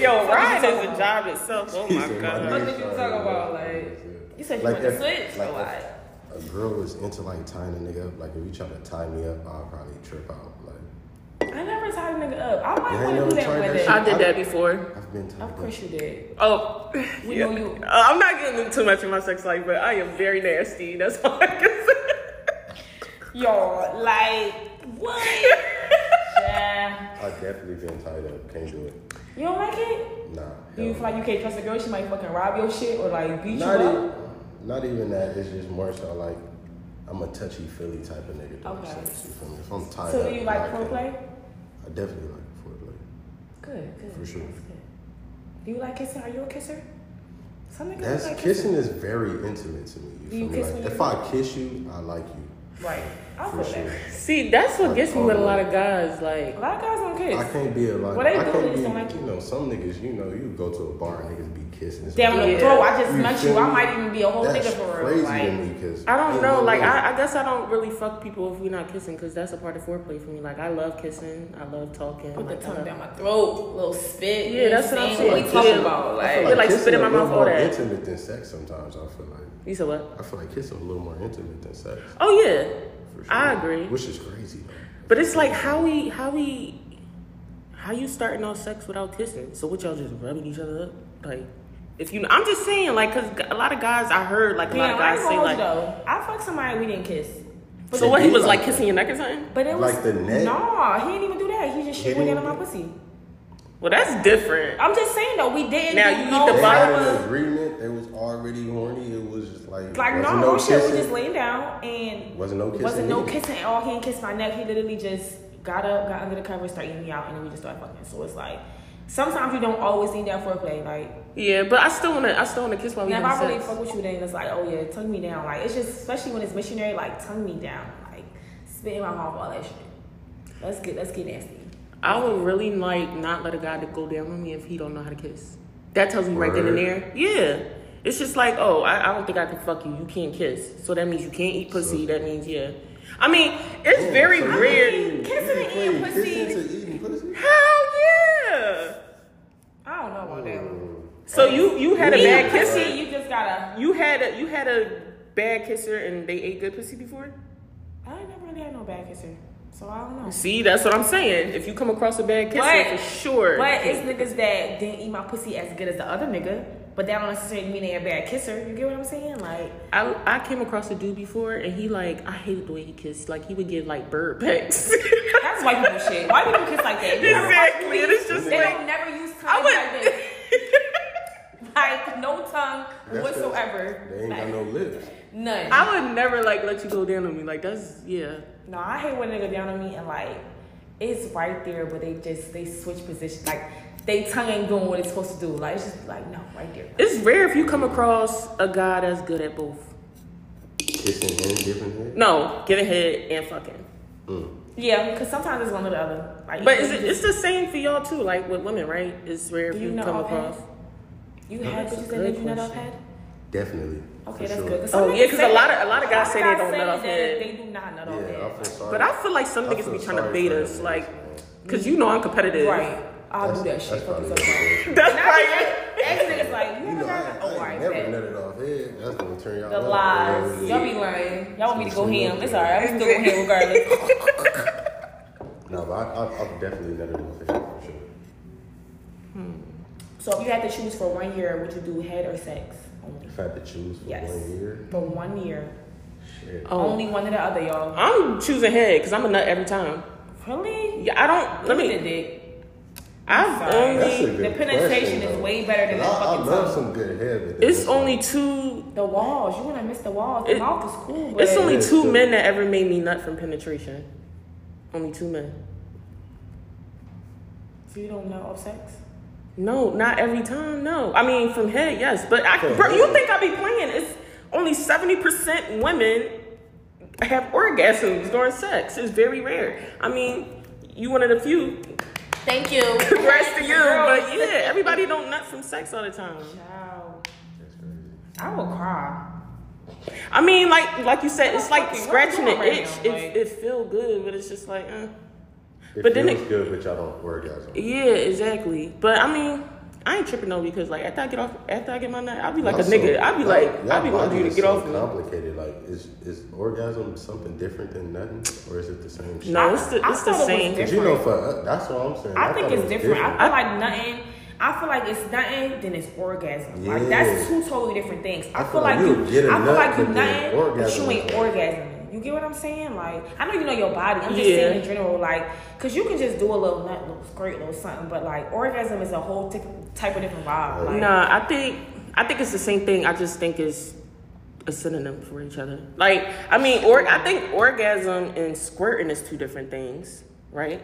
S1: [laughs] Yo,
S2: Ryan is a
S1: job itself. Oh
S3: He said, "My
S2: What
S3: knees
S2: did you
S3: start
S2: talk
S3: hurting."
S2: about? Like,
S3: Yeah.
S2: You said you
S3: Like
S2: want to
S3: if-
S2: switch. Oh, so
S3: like if-
S2: I.
S3: a girl is into like tying a nigga up. Like if you try to tie me up, I'll probably trip out. Like
S2: I never tied a nigga up. I
S3: You
S2: might
S3: ain't
S2: want to do
S3: never
S2: that
S3: tried
S2: one
S3: that
S2: day.
S1: I did that before.
S3: I've been tied
S2: Of
S3: up.
S2: course you did.
S1: Oh,
S2: We
S1: yeah.
S2: know you-
S1: Uh, I'm not getting into too much of my sex life, but I am very nasty. That's all I can say.
S2: Yo, like what?
S3: [laughs]
S2: yeah.
S3: I've definitely been tied up. Can't do it.
S2: You don't like it?
S3: Nah.
S2: Do you
S3: hell
S2: feel like you can't trust a girl? She might fucking rob your shit or like beat
S3: Not
S2: you up.
S3: even, not even that. It's just more so like I'm a touchy feely type of nigga. during
S2: Okay.
S3: sex, you feel me? If I'm tied
S2: So
S3: up,
S2: do you
S3: I
S2: like
S3: can't-
S2: foreplay?
S3: I definitely like foreplay.
S2: Good, good.
S3: For sure.
S2: That's good. Do you like kissing? Are you a kisser? Some niggas
S3: That's
S2: like
S3: kissing is very intimate to me.
S2: Do
S3: You feel
S2: you
S3: me?
S2: kiss
S3: Like,
S2: when
S3: if
S2: you-
S3: I kiss you, I like you
S2: Right. I
S3: for
S2: feel
S3: sure.
S2: that.
S1: See, that's what gets me with a lot of guys. Like,
S2: A lot of guys don't
S3: I
S2: kiss.
S3: can't be a like.
S2: Well, they
S3: I
S2: do, they
S3: can't be.
S2: just don't like
S3: you
S2: you.
S3: know, some niggas. You know, you go to a bar and niggas be kissing. It's
S2: Damn
S3: weird.
S2: the throat. I just
S3: You
S2: met
S3: feel
S2: you. I
S3: me?
S2: might even be a whole
S3: That's
S2: nigga for
S3: crazy
S2: real. Like,
S3: to me because
S1: I don't know. Like, I, I guess I don't really fuck people if we're not kissing because that's a part of foreplay for me. Like, I love kissing. I love talking.
S2: put the
S1: like, I
S2: tongue
S1: love-
S2: down my throat, little spit.
S1: Yeah,
S2: you know
S1: that's what I'm
S2: saying? What
S1: saying.
S2: we talking
S1: Yeah.
S2: about?
S1: I
S2: Like,
S1: feel like spit in my
S3: kissing a
S1: mouth,
S3: little
S1: all
S3: more
S1: that.
S3: Intimate than sex sometimes. I feel like
S1: You said what?
S3: I feel like kissing a little more intimate than sex.
S1: Oh yeah,
S3: For sure.
S1: I agree.
S3: Which is crazy though.
S1: But it's like how we how we how you starting off sex without kissing? So what y'all just rubbing each other up? Like if you, I'm just saying like because a lot of guys I heard like a lot
S2: Damn,
S1: of
S2: I
S1: guys
S2: ain't
S1: say
S2: gonna hold you
S1: like
S2: though. I fucked somebody we didn't kiss.
S1: so what he was like
S3: Like-
S1: kissing your neck or something?
S2: But it was
S3: Like the neck?
S2: No, he didn't even do that. He just
S3: He
S2: shit went
S3: didn't-
S2: into my pussy.
S1: Well, that's different.
S2: I'm just saying though, we didn't.
S1: Now
S2: do
S1: you eat
S2: no
S1: the
S3: They
S1: bottom
S3: had
S1: of-
S3: an agreement. They was already horny. It was just like
S2: Like no,
S3: wasn't
S2: no shit. We
S3: kissing.
S2: just laying down and
S3: Wasn't no kissing.
S2: wasn't no
S3: either.
S2: kissing at all. He didn't kiss my neck. He literally just got up, got under the cover, started eating me out, and then we just started fucking. So it's like Sometimes you don't always need that foreplay. Like,
S1: Yeah, but I still wanna I still wanna kiss while we
S2: now if
S1: having
S2: I really
S1: sex.
S2: fuck with you, then it's like, oh yeah, tongue me down. Like, it's just especially when it's missionary, like tongue me down, like spit in my mouth, all that shit. Let's get let's get nasty.
S1: I would really like not let a guy to go down on me if he don't know how to kiss. That tells me right then and there.
S3: Word.
S1: Yeah. It's just like, oh, I, I don't think I can fuck you. You can't kiss. So that means you can't eat pussy. That means yeah. I mean, it's very
S3: Oh, so you-
S1: weird.
S2: Kissing and eating
S3: Wait,
S2: pussy.
S3: Kissing to eating pussy?
S1: Hell yeah.
S2: I don't know about that.
S1: So you you had a
S2: Eating
S1: bad
S2: pussy,
S1: kisser.
S2: you just gotta.
S1: You had a you had a bad kisser and they ate good pussy before?
S2: I ain't never really had no bad kisser, so I don't know.
S1: See, that's what I'm saying. If you come across a bad kisser,
S2: But-
S1: for sure.
S2: But it's niggas that didn't eat my pussy as good as the other nigga, but that don't necessarily mean they a bad kisser. You get what I'm saying? Like,
S1: I, I came across a dude before and he like I hated the way he kissed. Like he would give like bird [laughs] pecks.
S2: that's white people shit. White people kiss like that. You ever watch
S1: exactly.
S2: Glee?
S1: And it's just
S2: They
S1: like
S2: don't never use tongue
S1: I [laughs]
S2: like this. Like, no tongue
S3: That's
S2: whatsoever.
S3: They ain't
S2: Like,
S3: got no lips.
S2: none.
S1: I would never like let you go down on me. Like that's yeah.
S2: no, I hate when a nigga down on me and like, it's right there, but they just, they switch position. Like, they tongue ain't doing what it's supposed to do. Like, it's just like, no, right there.
S1: It's rare if you come across a guy that's good at both.
S3: Kissing and Mm, giving head.
S1: No, getting head and fucking.
S2: Yeah, because sometimes it's one or the other. Like,
S1: But
S2: you
S1: is it,
S2: just-
S1: it's the same for y'all too, like with women, right? It's rare if
S2: Do you
S1: you,
S2: know
S1: come
S2: all
S1: across.
S2: You had
S1: that's a
S2: bitches that made
S1: good
S2: you nut off
S1: question.
S2: head?
S3: Definitely.
S2: Okay,
S3: for
S2: that's
S3: sure.
S2: good.
S1: Oh,
S2: some
S1: yeah,
S2: niggas
S1: 'cause a
S2: say-
S1: lot of- a lot of guys say they
S2: guys
S1: don't nut off
S2: that
S1: head.
S2: They do not nut off
S3: Yeah, I
S2: head.
S3: feel sorry.
S1: But I feel like some
S3: I
S1: niggas
S3: feel
S1: be trying to
S3: sorry
S1: bait
S3: for
S1: us,
S3: them
S1: like,
S3: niggas, man.
S1: cause you know I'm competitive.
S2: Right. I'll do that
S3: That's-
S2: shit.
S3: That's
S2: Fuck
S3: probably
S2: this
S3: what
S2: up.
S3: it is.
S1: That's
S2: Now,
S1: right.
S2: Ex niggas like, you
S3: You
S2: ever
S3: know,
S2: got
S3: I,
S2: that? Oh,
S3: I
S2: I
S3: ain't
S2: bet.
S3: never nutted off head. That's gonna turn y'all
S2: The
S3: off.
S2: lies.
S3: Yeah.
S2: Y'all be lying. Y'all want me to go
S3: Some
S2: ham.
S3: niggas.
S2: It's alright. I'm still
S3: [laughs]
S2: going ham regardless.
S3: No, but I, I, I've definitely nutted off head for sure.
S2: so if you had to choose for one year, would you do head or sex? Only.
S3: If I had to choose for
S2: Yes.
S3: one year,
S2: For one year.
S3: shit.
S1: Oh,
S2: Only one or the other, y'all.
S1: I'm choosing head because I'm a nut every time.
S2: Really?
S1: Yeah, I don't. Let me.
S2: dick.
S1: I've
S2: Sorry.
S3: That's a
S1: only.
S3: good
S2: The penetration
S3: question,
S2: is
S3: though.
S2: way better than
S3: And
S2: the
S3: I, I
S2: fucking
S3: love
S2: tongue.
S3: some good hair, but then
S1: It's only two.
S2: The walls. You wanna miss the walls. The
S1: It-
S2: mouth is cool, but
S1: It's only
S3: Yes,
S1: two
S3: sir.
S1: men that ever made me nut from penetration. Only two men.
S2: so you don't know of sex?
S1: No, not every time. No, I mean from head, yes, but I,
S3: From
S1: bro, you
S3: head.
S1: think I be playing? It's only seventy percent women have orgasms during sex. It's very rare. I mean, you one of the few.
S2: Thank you.
S1: Congrats to you, but yeah, everybody don't nut from sex all the time.
S2: Child,
S3: That's crazy.
S2: I will cry.
S1: I mean, like like you said, it's like
S2: fucking-
S1: scratching
S2: what
S1: an
S2: am I doing
S1: itch.
S2: right now?
S1: It it feel good, but it's just like, uh.
S3: It
S1: But
S3: but
S1: then
S3: feels
S1: it-
S3: good, but y'all don't orgasm.
S1: yeah, exactly. But I mean, I ain't tripping though because like after I get off, after I get my nut, I'll be like
S3: Y'all
S1: a nigga.
S3: so-
S1: I'll be
S3: y'all-
S1: like,
S3: y'all
S1: I'll be wanting you
S3: body
S1: to
S3: is
S1: get
S3: so
S1: off me.
S3: Complicated, like is is orgasm something different than nothing, or is it the same? shit?
S1: No, it's the
S2: I- I
S1: it's the
S2: thought it was
S1: same.
S2: different.
S3: But you know, for uh, that's what I'm saying.
S2: I think
S3: thought it
S2: it's
S3: was
S2: different. I feel like nothing. I feel like it's nothing, then it's orgasm. Like that's
S3: Yeah.
S2: two totally different things. I,
S3: I
S2: feel
S3: feel
S2: like
S3: like
S2: you.
S3: you'll get a
S2: I feel
S3: nut,
S2: like you
S3: but then
S2: nothing, but you
S3: orgasm
S2: ain't
S3: is
S2: orgasming. You get what I'm saying? Like I know you know your body. I'm just
S1: Yeah.
S2: saying in general, like because you can just do a little nut, little squirt, little something. But like orgasm is a whole t- type of different vibe. Like,
S1: Nah, I think I think it's the same thing. I just think it's a synonym for each other. Like, I mean, or I think orgasm and squirting is two different things, right?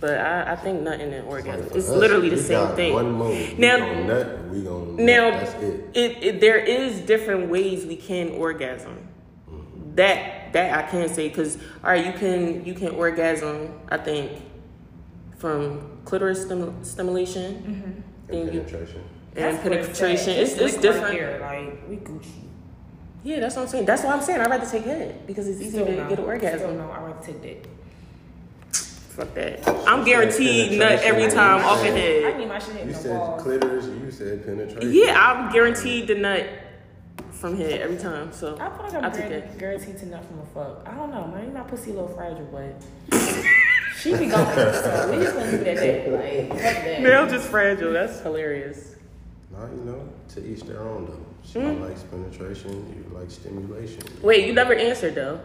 S1: But I, I think nothing and orgasm.
S3: For
S1: It's
S3: us,
S1: literally the
S3: we
S1: same
S3: got
S1: thing.
S3: One move.
S1: Now-
S3: we gonna nut. We gonna
S1: Now,
S3: That's it.
S1: it. it- there is different ways we can orgasm. That that I can say because all right, you can you can orgasm. I think from clitoris stim- stimulation
S3: And
S1: Then you-
S3: penetration.
S1: and
S2: Mm-hmm. that's what it
S1: penetration.
S2: says.
S1: It's
S2: Just
S1: it's
S2: lick right
S1: different.
S2: here, like we Gucci.
S1: Yeah, that's what I'm saying. That's why I'm saying I'd rather take head because it's easier
S2: Still
S1: to
S2: no.
S1: get an
S2: Still
S1: orgasm.
S2: no. I rather take dick.
S1: Fuck that. I'm guaranteed nut every time off a
S2: I
S1: head.
S2: need my shit
S3: You
S2: hitting the
S3: said
S2: balls.
S3: clitoris. You said penetration.
S1: Yeah, I'm guaranteed the nut from head every time. So
S2: I feel like
S1: I'll
S2: I'm
S1: take
S2: guaranteed,
S1: that.
S2: guaranteed to nut from a fuck. I don't know, man. My pussy a little fragile, but she be [laughs] going. So we just gonna do that. Day. Like, fuck that.
S1: Male just fragile. That's hilarious.
S3: Nah, you know, to each their own though. She
S2: Mm-hmm.
S3: likes penetration. You like stimulation.
S1: Wait, you never answered though.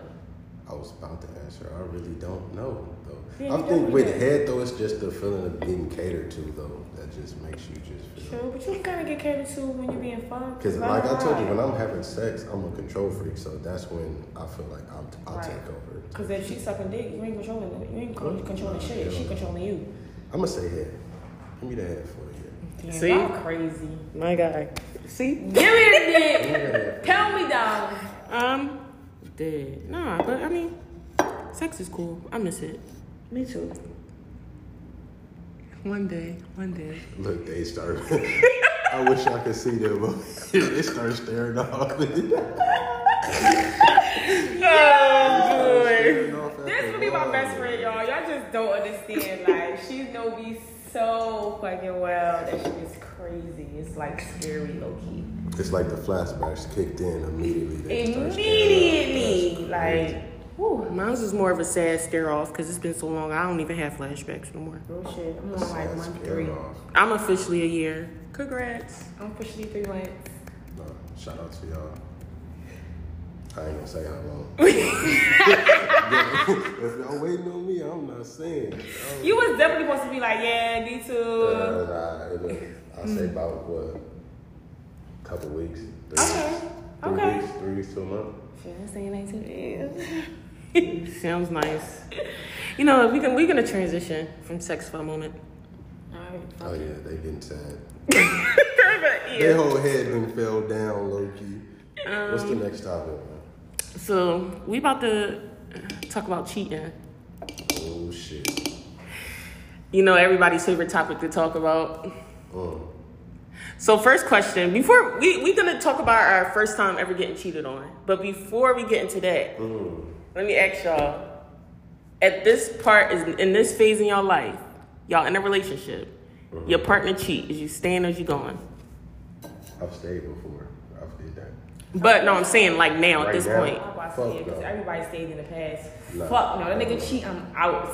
S3: I was about to answer. I really don't know though.
S2: Yeah,
S3: I
S2: you
S3: think
S2: don't
S3: with
S2: know.
S3: head though, it's just the feeling of being catered to though. That just makes you just feel.
S2: True, but you kind of get catered to when you being fucked.
S3: Because
S2: Why
S3: like I
S2: not?
S3: told you, when I'm having sex, I'm a control freak. So that's when I feel like I'm, I'll
S2: Right.
S3: take over.
S2: Cause if she sucking dick, you ain't controlling it. You ain't con- controlling shit. She controlling you.
S3: I'm gonna say head. Give me that head for you.
S2: Damn,
S1: See?
S2: y'all crazy.
S1: My guy. See?
S2: Give me the dick.
S3: Give me that head.
S2: Tell me down.
S1: Um, dead. Nah, but I mean, sex is cool. I miss it.
S2: Me too.
S1: One day, one day.
S3: Look,
S2: [laughs]
S3: they start. I wish I could see them, [laughs] but they start staring off. [laughs] Staring off at
S2: Oh, This
S3: the
S2: would be my
S3: wall.
S2: best friend, y'all. Y'all just don't understand. Like she know me so fucking well that she is crazy. It's like scary, low key.
S3: It's like the flashbacks kicked in immediately. They start staring
S2: Immediately,
S3: off. That's
S2: like, whew.
S1: Mine's is more of a sad stare off because it's been so long. I don't even have flashbacks no more.
S2: Real shit. I'm
S3: crazy.
S2: on like
S3: That's
S2: month
S3: staring
S2: three.
S3: off.
S1: I'm officially a year. Congrats.
S2: I'm officially three months.
S3: No, shout out to y'all. I ain't gonna say how
S2: [laughs]
S3: long. [laughs] if y'all waiting on me, I'm not saying. I
S2: You was definitely supposed to be like, yeah, me
S3: don't-
S2: too.
S3: Uh, nah, it was- I'll say about what? Couple weeks. Three
S2: Okay.
S3: Weeks, three
S2: Okay.
S3: Weeks, three weeks to a month.
S1: Sounds nice. You know, we can we're gonna transition from sex for a moment.
S3: Oh yeah, they getting sad. Their whole head done fell down, low key. What's the next topic? man?
S1: So we about to talk about cheating.
S3: Oh shit.
S1: You know, everybody's favorite topic to talk about.
S3: Mm.
S1: So first question, before we we're gonna talk about our first time ever getting cheated on. But before we get into that,
S3: mm.
S1: let me ask y'all. At this part is in this phase in your life, y'all in a relationship,
S3: Uh-huh.
S1: your partner cheat. Is you staying or is you going?
S3: I've stayed before. I've did that.
S1: But no, I'm saying like now at
S3: Right
S1: this
S3: now?
S1: point.
S2: I'm about
S3: Fuck
S2: to say it 'cause
S3: no.
S2: everybody stayed in the past.
S3: No.
S2: Fuck no, that nigga cheat. I'm out.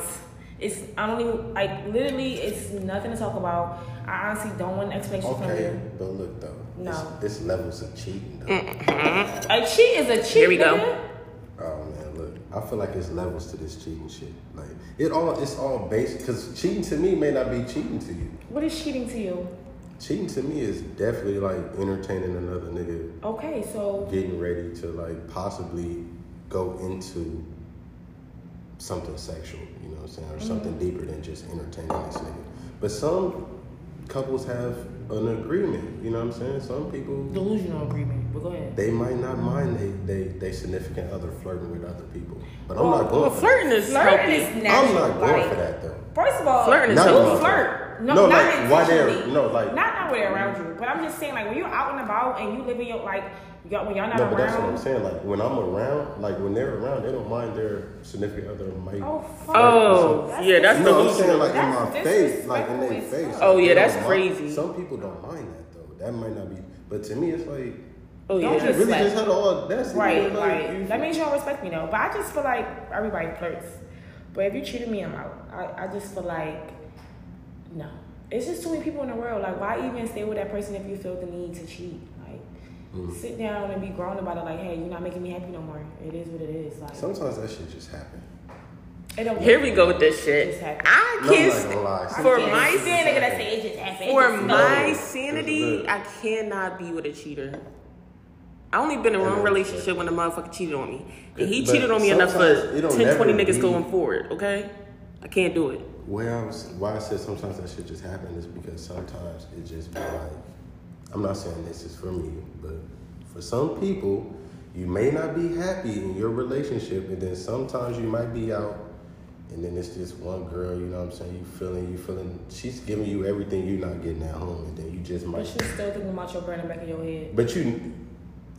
S2: It's I don't even like literally. It's nothing to talk about. I honestly don't want an explanation
S3: Okay,
S2: from
S3: but look though.
S2: No.
S3: It's, it's levels of cheating though.
S2: you. A cheat is a cheat.
S1: Here we go.
S2: nigga.
S3: Oh man, look, I feel like it's levels to this cheating shit. Like it all, it's all based because cheating to me may not be cheating to you.
S2: What is cheating to you?
S3: Cheating to me is definitely like entertaining another nigga,
S2: Okay, so
S3: getting ready to like possibly go into something sexual. You know what I'm saying, or something
S1: Mm-hmm.
S3: deeper than just entertaining this nigga. But some couples have an agreement. You know what I'm saying? Some people
S2: delusional agreement. But go ahead.
S3: they might not mind they they, they significant other flirting with other people. But I'm not going.
S1: Well,
S3: for
S1: flirting is
S2: Flirting
S1: healthy.
S2: is
S3: I'm
S2: natural.
S3: not going
S2: like,
S3: for that though.
S2: First of all,
S1: Flirting is
S3: Not
S1: healthy.
S3: going for
S2: flirt.
S3: it.
S2: No,
S3: No,
S2: not
S3: like, why they're-
S2: intentionally.
S3: no, like-
S2: not not when they're around you. But I'm just saying, like when you're out and about and you live in your like, y'all, when y'all not
S3: No, but that's what I'm
S2: around.
S3: saying. Like when I'm around, like when they're around, they don't mind their significant other might.
S2: Oh fuck.
S1: Oh, yeah, that's
S3: you know what I'm
S1: delusional.
S3: saying? Like in my
S2: That's
S3: face, like in their
S2: disrespectful as
S3: face.
S2: fuck.
S1: Oh, yeah,
S3: They don't
S1: that's
S3: mind-
S1: crazy.
S3: Some people don't mind that though. That might not be, but to me, it's like
S1: Oh
S2: Don't
S1: yeah.
S3: you really
S2: Slap.
S3: just had all audacity.
S2: Right,
S3: Like, you-
S2: right. That means you don't respect me though. But I just feel like everybody flirts. But if you cheated me, I'm out. I, I just feel like no. It's just too many people in the world. Like why even stay with that person if you feel the need to cheat? Like
S3: Mm.
S2: sit down and be grown about it. Like hey, you're not making me happy no more. It is what it is. Like
S3: Sometimes that shit just happen.
S2: it don't
S1: Here we go with this shit.
S2: Just happy.
S1: I
S3: No, I'm not
S1: can't
S3: gonna lie. Some-
S1: for
S2: Yeah,
S1: my
S2: you see a nigga that
S3: happen.
S2: say it just happened. It
S1: for
S2: just-
S1: my
S3: No,
S1: sanity,
S3: it's
S1: I cannot be with a cheater. I only been in
S3: Yeah,
S1: one
S3: that's
S1: relationship
S3: right.
S1: when a motherfucker cheated on me. And he
S3: But
S1: cheated on me enough for
S3: sometimes it don't
S1: 10, 20
S3: never
S1: niggas
S3: be-
S1: going forward, okay? I can't do it.
S3: Well, I was, why I said sometimes that shit just happen is because sometimes it just be like, I'm not saying this is for me, but for some people, you may not be happy in your relationship, and then sometimes you might be out, and then it's just one girl, you know what I'm saying? You feeling, you feeling, she's giving you everything you're not getting at home, and then you just
S2: But
S3: might.
S2: you're still thinking about your brain in the back of your head.
S3: But you,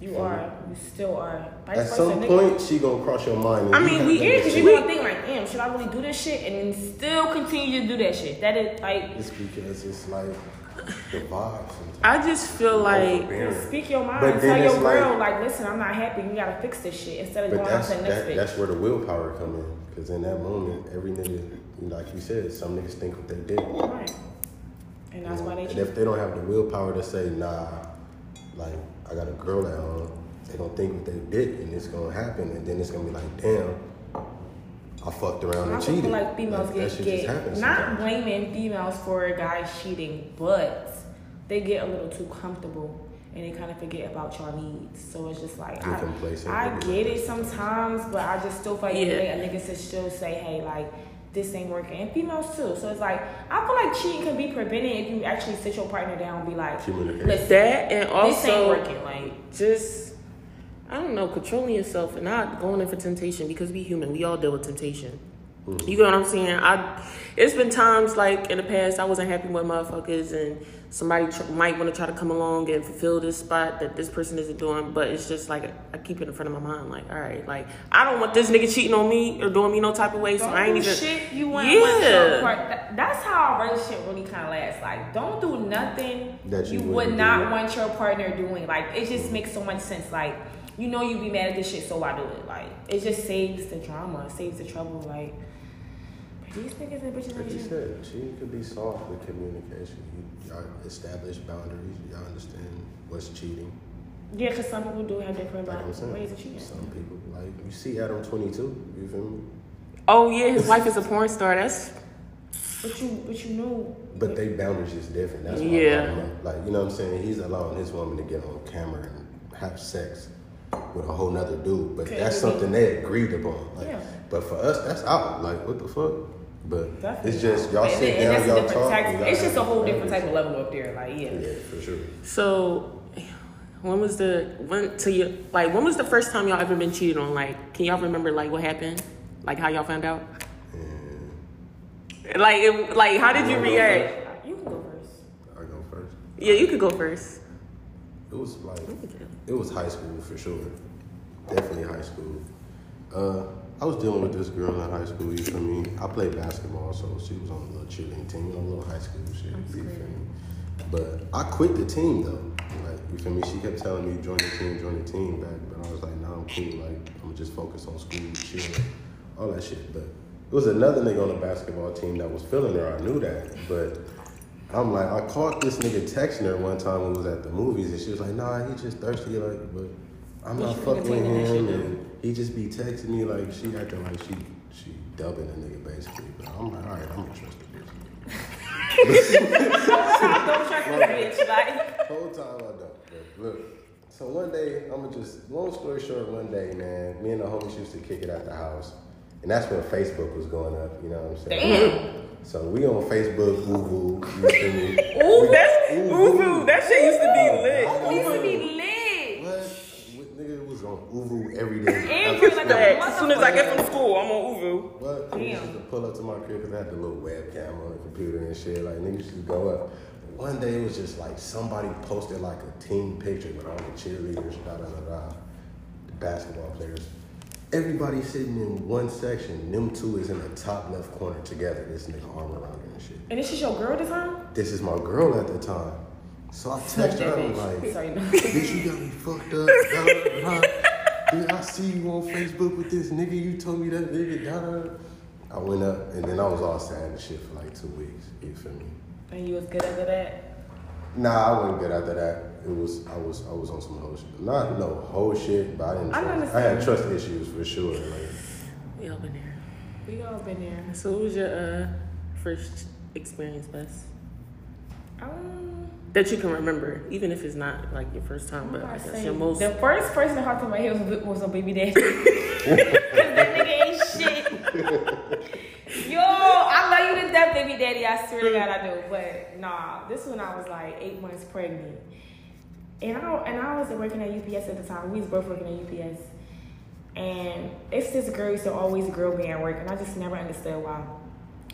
S2: You are. You still are. Vice
S3: at
S2: versa,
S3: some
S2: nigga.
S3: point, she gonna cross your mind. and
S1: I
S3: you
S1: mean,
S3: have
S1: we-
S3: to
S2: Yeah, because
S3: understand.
S2: you gonna think like, damn, should I really do this shit and then still continue to do that shit? That is like,
S3: It's because it's like the vibe sometimes.
S1: I just feel like
S3: Overbearing.
S2: speak your mind.
S3: But
S2: tell
S3: then
S2: your
S3: it's like-
S2: girl like, listen, I'm not happy. You gotta fix this shit instead of
S3: But
S2: going on to
S3: that's
S2: the next
S3: that,
S2: bitch.
S3: that's where the willpower come in, because in that moment, every nigga, like you said, some niggas think what they did.
S2: Right. And that's why they
S3: and
S2: cheat.
S3: if they don't have the willpower to say, nah, like I got a girl at home, they gonna think what they did, and it's gonna happen, and then it's gonna be like, damn, I fucked around
S2: I
S3: and
S2: just feel
S3: cheated.
S2: like females
S3: Like, that
S2: get,
S3: shit just
S2: get
S3: happens.
S2: not
S3: sometimes.
S2: blaming females for guys cheating, but they get a little too comfortable and they kind of forget about y'all needs. So it's just like
S3: Get
S2: I,
S3: complacent.
S2: I get it sometimes, but I just still feel like
S1: Yeah.
S2: yeah. a nigga should still say, hey, like this ain't working. And females too. So it's like I feel like cheating can be prevented if you actually sit your partner down and be like,
S3: Communicate.
S2: listen,
S1: That and
S2: this ain't
S1: also
S2: working. Like
S1: just I don't know, controlling yourself and not going in for temptation because we human, we all deal with temptation. You get what I'm saying? I it's been times like in the past I wasn't happy with motherfuckers and somebody tr- might want to try to come along and fulfill this spot that this person isn't doing, but it's just like I keep it in front of my mind, like all right, like I don't want this nigga cheating on me or doing me no type of way, so
S2: don't
S1: I ain't
S2: do
S1: even
S2: shit you want.
S1: Yeah.
S2: with your part- that- That's how our relationship really kind of lasts. Like, don't do nothing
S3: That you
S2: would
S3: wouldn't
S2: not
S3: do.
S2: want your partner doing. Like, it just makes so much sense. Like, you know you'd be mad at this shit, so why do it? Like, it just saves the drama, saves the trouble. Like, but these niggas and bitches.
S3: Like
S2: ain't
S3: you
S2: shit.
S3: said, cheating could be soft with communication. You, y'all establish boundaries. Y'all understand what's cheating.
S2: Yeah, because some people do have different
S3: Like I'm
S2: like,
S3: saying,
S2: ways of cheating.
S3: some people like you see Adam 22. You feel me?
S1: Oh yeah, his wife is a porn star. That's
S2: But you, but you knew.
S3: But they boundaries is different. That's why
S1: Yeah.
S3: I'm like- like you know what I'm saying. He's allowing his woman to get on camera and have sex with a whole nother dude, but
S2: Okay,
S3: that's
S2: I mean-
S3: something they agreed upon. Like,
S2: Yeah.
S3: But for us, that's out. Like what the fuck? But
S2: Definitely.
S3: it's just y'all
S2: and
S3: sit
S2: and
S3: down,
S2: that's a
S3: y'all
S2: different
S3: talk.
S2: type-
S3: and y'all
S2: it's just a
S3: have
S2: whole different type
S3: boundaries.
S2: of level up there. Like, yeah.
S3: Yeah, for sure.
S1: So, when was the when to you like when was the first time y'all ever been cheated on? Like, can y'all remember like what happened? Like how y'all found out?
S3: And
S1: Like, it, like how did you react?
S2: You can go first.
S3: I go first.
S1: Yeah, you could go first.
S3: It was like it was high school for sure. Definitely high school. Uh, I was dealing with this girl in high school. You feel me? I played basketball, so she was on a little cheerleading team, you know, a little high school shit. You feel me? But I quit the team though. Like you feel me? She kept telling me join the team, join the team back, but I was like, nah, I'm cool. Like I'm gonna just focus on school, chill, all that shit. But it was another nigga on the basketball team that was feeling her. I knew that, but I'm like, I caught this nigga texting her one time when we was at the movies, and she was like, "Nah, he just thirsty, like, but I'm not fucking with him." And he just be texting me like she acting like she she dubbing a nigga basically. But I'm like, all right, I'm gonna trust the bitch.
S2: Don't try to bitch. Like,
S3: Whole time I don't. But look, so one day I'm gonna just long story short, one day, man, me and the homies used to kick it at the house, and that's when Facebook was going up. You know what I'm saying? So we on Facebook, Google, you feel me?
S1: [laughs] Ooh, that's
S3: Ooh,
S1: ooh,
S3: ooh.
S1: that shit used to be lit.
S2: we used to be lit.
S3: What? What nigga was on Uvu every day?
S2: And you like a-
S1: As soon as I get from school, I'm on Uvu.
S3: What? Niggas used to pull up to my crib because I had the little webcam on the computer and shit. Like, niggas used to go up. One day it was just like somebody posted like a team picture with all the cheerleaders, da da da da, the basketball players. Everybody sitting in one section. Them two is in the top left corner together. This nigga arm around her and shit.
S2: And this is your girl this time?
S3: This is my girl at the time. So I text her, I'm like,
S2: Sorry, no.
S3: [laughs] Bitch, you got me fucked up. Da, da, da. Dude, I see you on Facebook with this nigga. You told me that nigga. Da, da. I went up and then I was all sad and shit for like two weeks. You feel me?
S2: And you was good after that?
S3: Nah, I wasn't good after that. It was I was I was on some whole shit. Not no whole shit, but I didn't.
S2: I
S3: Trust, I, had trust issues for sure. Like
S1: We all been there.
S2: We all been there.
S1: So, what was your uh, first experience, best
S2: Um,
S1: that you can remember, even if it's not like your first time, but
S2: I
S1: I guess
S2: say,
S1: your most.
S2: the first person that hopped in my head was, was a baby daddy. [laughs] Cause that nigga ain't shit. [laughs] Yo, I love you to death, baby daddy. I swear to God, I do. But nah, this one I was like eight months pregnant, and I and I was working at UPS at the time. We was both working at UPS, and it's this girl who used to always girl me at work, and I just never understood why.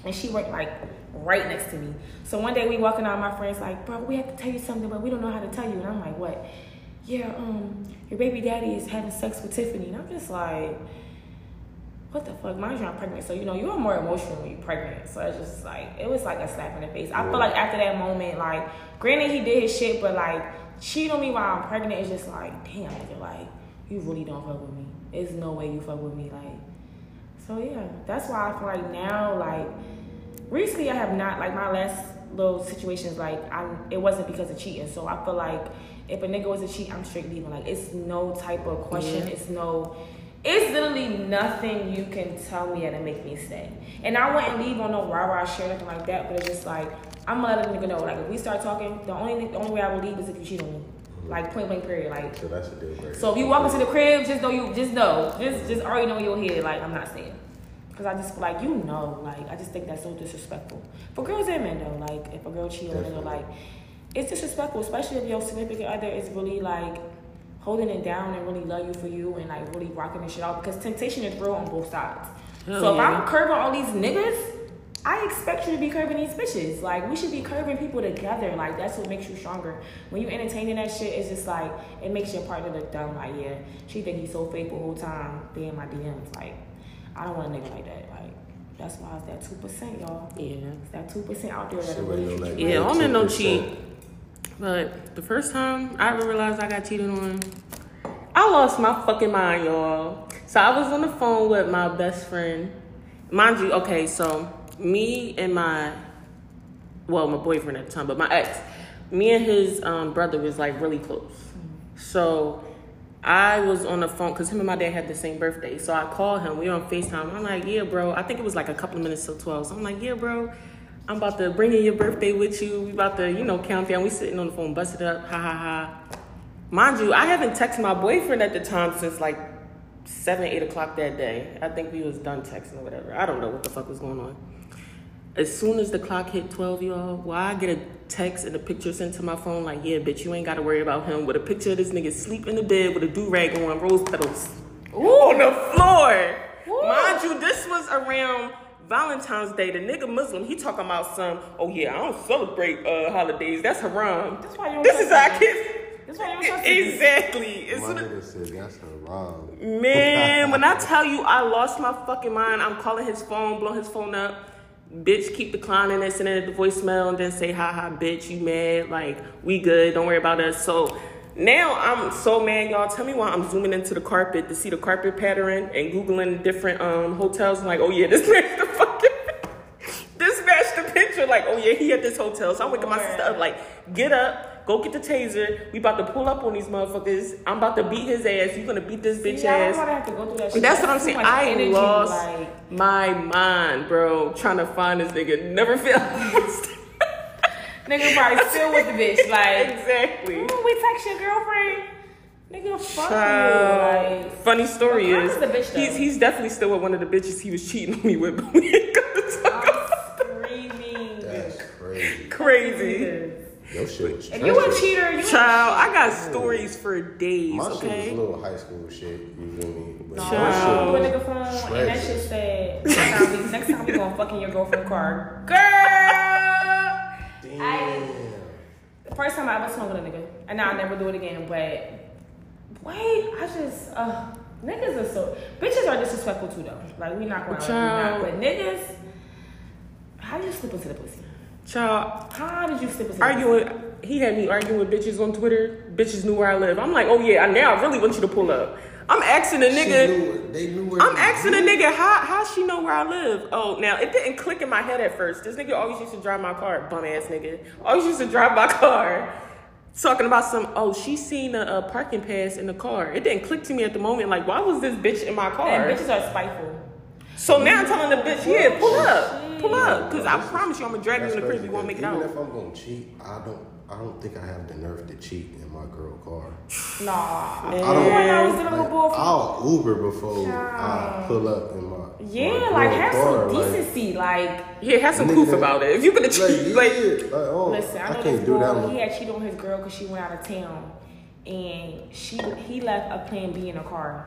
S2: And she worked like right next to me. So one day we walking out, my friends like, bro, we have to tell you something, but we don't know how to tell you. And I'm like, what? Yeah, um, your baby daddy is having sex with Tiffany. And I'm just like, what the fuck? Mind you, I'm pregnant. So, you know, you're more emotional when you're pregnant. So it's just like, it was like a slap in the face. I feel like after that moment, like, granted, he did his shit, but like, cheat on me while I'm pregnant is just like, damn, nigga, like, you really don't fuck with me. There's no way you fuck with me. Like, so yeah, that's why I feel like now, like recently, I have not like my last little situations. Like I, it wasn't because of cheating. So I feel like if a nigga was a cheat, I'm straight leaving. Like it's no type of question. It's no. It's literally nothing you can tell me that'll make me stay. And I wouldn't leave on no rah rah shit or nothing like that. But it's just like I'm gonna let a nigga know. Like if we start talking, the only the only way I will leave is if you cheat on me.
S3: Mm-hmm.
S2: Like point blank period. Like
S3: so that's a deal breaker.
S2: so if you walk into the crib, just know you just know. Just just already know in your head, like I'm not staying. Cause I just feel like you know, like I just think that's so disrespectful for girls and men though. Like if a girl cheat on a nigga,
S3: Definitely.
S2: like it's disrespectful, especially if your significant other is really like holding it down and really love you for you and like really rocking this shit out. Because temptation is real on both sides.
S1: Hell
S2: so
S1: yeah.
S2: if I'm curbing all these niggas, I expect you to be curbing these bitches. Like we should be curbing people together. Like that's what makes you stronger. When you entertaining that shit, it's just like it makes your partner look dumb. Like yeah, she think he's so faithful the whole time. Being my DMs, like I don't want a nigga like that. Like that's why it's that two percent, y'all.
S1: Yeah.
S2: It's that two percent out there that
S3: Shit
S2: are
S3: wasn't
S2: really.
S3: no, like,
S1: Yeah, I'm in no
S3: 19%.
S1: But the first time I ever realized I got cheated on, I lost my fucking mind, y'all. So I was on the phone with my best friend. Mind you, okay, so me and my, well, my boyfriend at the time, but my ex, me and his um, brother was like really close. So I was on the phone because him and my dad had the same birthday. So I called him. We were on FaceTime. I'm like, yeah, bro. I think it was like a couple of minutes till 12. So I'm like, yeah, bro. I'm about to bring in your birthday with you. We about to, you know, count down. We sitting on the phone, busted up. Ha ha ha. Mind you, I haven't texted my boyfriend at the time since like seven, eight o'clock that day. I think we was done texting or whatever. I don't know what the fuck was going on. As soon as the clock hit twelve, y'all, why I get a text and a picture sent to my phone like, yeah, bitch, you ain't gotta worry about him with a picture of this nigga sleep in the bed with a do rag on, rose petals on the floor. Mind you, this was around Valentine's Day. The nigga Muslim, he talking about some, oh yeah, I don't celebrate uh, holidays. That's haram.
S2: That's why you don't
S1: This is
S2: trust
S1: our
S2: me.
S1: kids.
S2: That's why you don't trust me.
S1: Exactly. As
S3: My
S1: soon as-
S3: nigga said that's haram.
S1: Man, when I tell you I lost my fucking mind, I'm calling his phone, blowing his phone up. Bitch, keep declining it, sending it the voicemail, and then say, ha ha, bitch, you mad. Like, we good, don't worry about us. So now I'm so mad, y'all. Tell me why I'm zooming into the carpet to see the carpet pattern and Googling different um, hotels. I'm like, oh yeah, [laughs] this matched the fucking, this matched the picture. Like, oh yeah, he at this hotel. So I'm waking my sister up, like, get up. Go get the taser. We about to pull up on these motherfuckers. I'm about to beat his ass. You gonna beat this bitch
S2: Yeah, I
S1: ass.
S2: don't wanna have to go through that shit.
S1: That's what I'm
S2: too
S1: saying.
S2: much
S1: I
S2: energy,
S1: lost
S2: like-
S1: my mind, bro, trying to find this nigga. Never feel [laughs]
S2: Nigga probably still with the
S1: [laughs]
S2: bitch. Like,
S1: exactly.
S2: "Mm, we text your girlfriend. Nigga, fuck
S1: Child.
S2: you. Like,
S1: Funny story
S2: But mine
S1: is,
S2: was the bitch, though.
S1: he's he's definitely still with one of the bitches he was cheating [laughs] on me with, but we ain't gonna talk
S2: I'm screaming.
S3: That's crazy.
S1: crazy.
S3: Your shit was
S2: If you a
S3: trash.
S2: cheater, you
S1: Child, I got stories for days.
S3: My
S1: okay.
S3: shit was a little high school shit. You feel me? But
S2: Nah,
S3: your shit
S2: you a
S3: was
S2: nigga phone, and that
S3: trash.
S2: shit said, next time we, next time we gonna fuck in your girlfriend car. Girl!
S3: Damn.
S2: The first time I ever swung with a nigga, and now I never do it again. But wait, I just uh, niggas are so bitches are disrespectful too though. Like we not going to
S1: Child.
S2: not, but niggas, how you slip into the pussy?
S1: Child,
S2: How did you slip into? The pussy?
S1: arguing. He had me arguing with bitches on Twitter. Bitches knew where I live. I'm like, oh yeah, now I really want you to pull up. I'm asking the
S3: She
S1: nigga.
S3: knew- they knew where
S1: I'm
S3: you-
S1: asking a nigga how how she know where I live. Oh, now it didn't click in my head at first. This nigga always used to drive my car, bum ass nigga. Always used to drive my car, talking about some. Oh, she seen a, a parking pass in the car. It didn't click to me at the moment. Like, why was this bitch in my
S2: And
S1: car?
S2: bitches are spiteful.
S1: So now I'm telling the bitch, yeah, pull up, pull up, cause I
S3: This is-
S1: promise you, I'm gonna drag you
S3: That's
S1: in the crib.
S3: crazy.
S1: You won't make it
S3: Even
S1: out.
S3: if I'm gonna cheat, I don't. I don't think I have the nerve to cheat in my girl car.
S2: Nah,
S3: I don't.
S2: Boy, I was dealing with
S3: like,
S2: bull-
S3: I'll Uber before I pull up in my.
S2: yeah,
S3: my
S2: like
S3: girl
S2: have
S3: car,
S2: some
S3: like-
S2: decency. Like,
S1: Yeah, have some
S3: Nigga,
S1: coof
S3: that-
S1: about it. If you gonna cheat,
S3: Like,
S1: like,
S3: yeah, like, oh,
S2: Listen, I
S3: I,
S2: know
S3: can't
S2: this
S3: do
S2: boy,
S3: that one.
S2: he had cheated on his girl because she went out of town, and she he left a plan B in her car,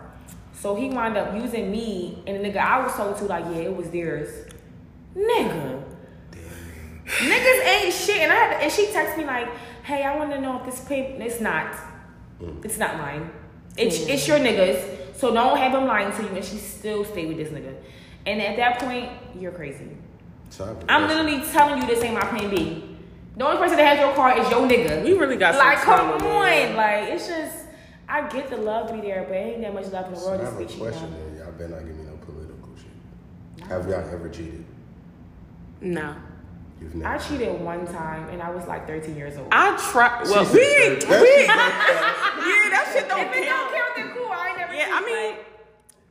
S2: so he wound up using me and the nigga I was told to like yeah it was theirs, nigga. Niggas ain't shit, and I had and she texted me like, hey, I want to know if this paper it's not,
S3: Mm.
S2: it's not mine, it's it's your niggas, so don't have him lying to you, and she still stayed with this nigga, and at that point you're crazy.
S3: Child,
S2: I'm
S3: that's-
S2: literally telling you this ain't my plan B. The only person that has your car is your nigga.
S1: we really got some
S2: like, come
S1: trauma,
S2: on.
S1: man.
S2: Like, it's just, I get the love to be there, but ain't that much love in the
S3: So I
S2: world
S3: have
S2: to
S3: a
S2: be
S3: question.
S2: cheating.
S3: Then. Y'all better not give me no political shit. Have y'all ever cheated?
S1: No,
S3: You've never.
S2: I cheated one time and I was like 13 years old.
S1: I try. Well,
S3: She's
S1: we,
S3: a
S1: ain't-
S3: third-
S1: we,
S3: that's
S1: ain't- [laughs]
S3: a
S1: yeah, that shit don't
S2: if it
S1: count.
S2: don't count, then cool. I ain't never
S1: Yeah, I
S2: cheated,
S1: mean,
S2: like,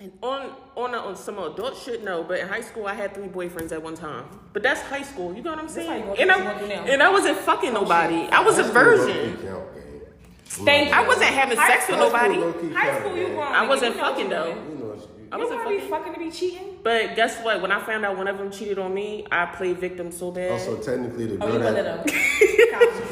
S1: and on on a, on some adult shit, no. But in high school, I had three boyfriends at one time. But that's high school. You know what I'm
S2: how
S1: saying?
S2: you gonna
S1: And
S2: do
S1: I
S2: what you gonna do now. Oh,
S1: and I wasn't fucking nobody. I was a
S3: High school low-key
S1: virgin.
S3: count, gang. I'm
S2: Thank-
S3: not
S1: I
S3: gonna-
S1: wasn't having
S2: High
S1: sex with
S3: High school
S1: nobody.
S3: low-key
S2: high
S3: count,
S2: school,
S3: gang.
S2: you wrong.
S1: I
S2: nigga.
S1: wasn't
S2: You know
S1: fucking
S2: what you
S1: though.
S2: doing.
S3: You know, you-
S1: I wasn't
S2: Nobody
S1: fucking.
S2: fucking. fucking to be
S1: [laughs]
S2: cheating.
S1: But guess what? When I found out one of them cheated on me, I played victim so bad.
S3: Also, technically, the
S2: Oh, you
S3: girl
S2: one of
S3: that
S2: them.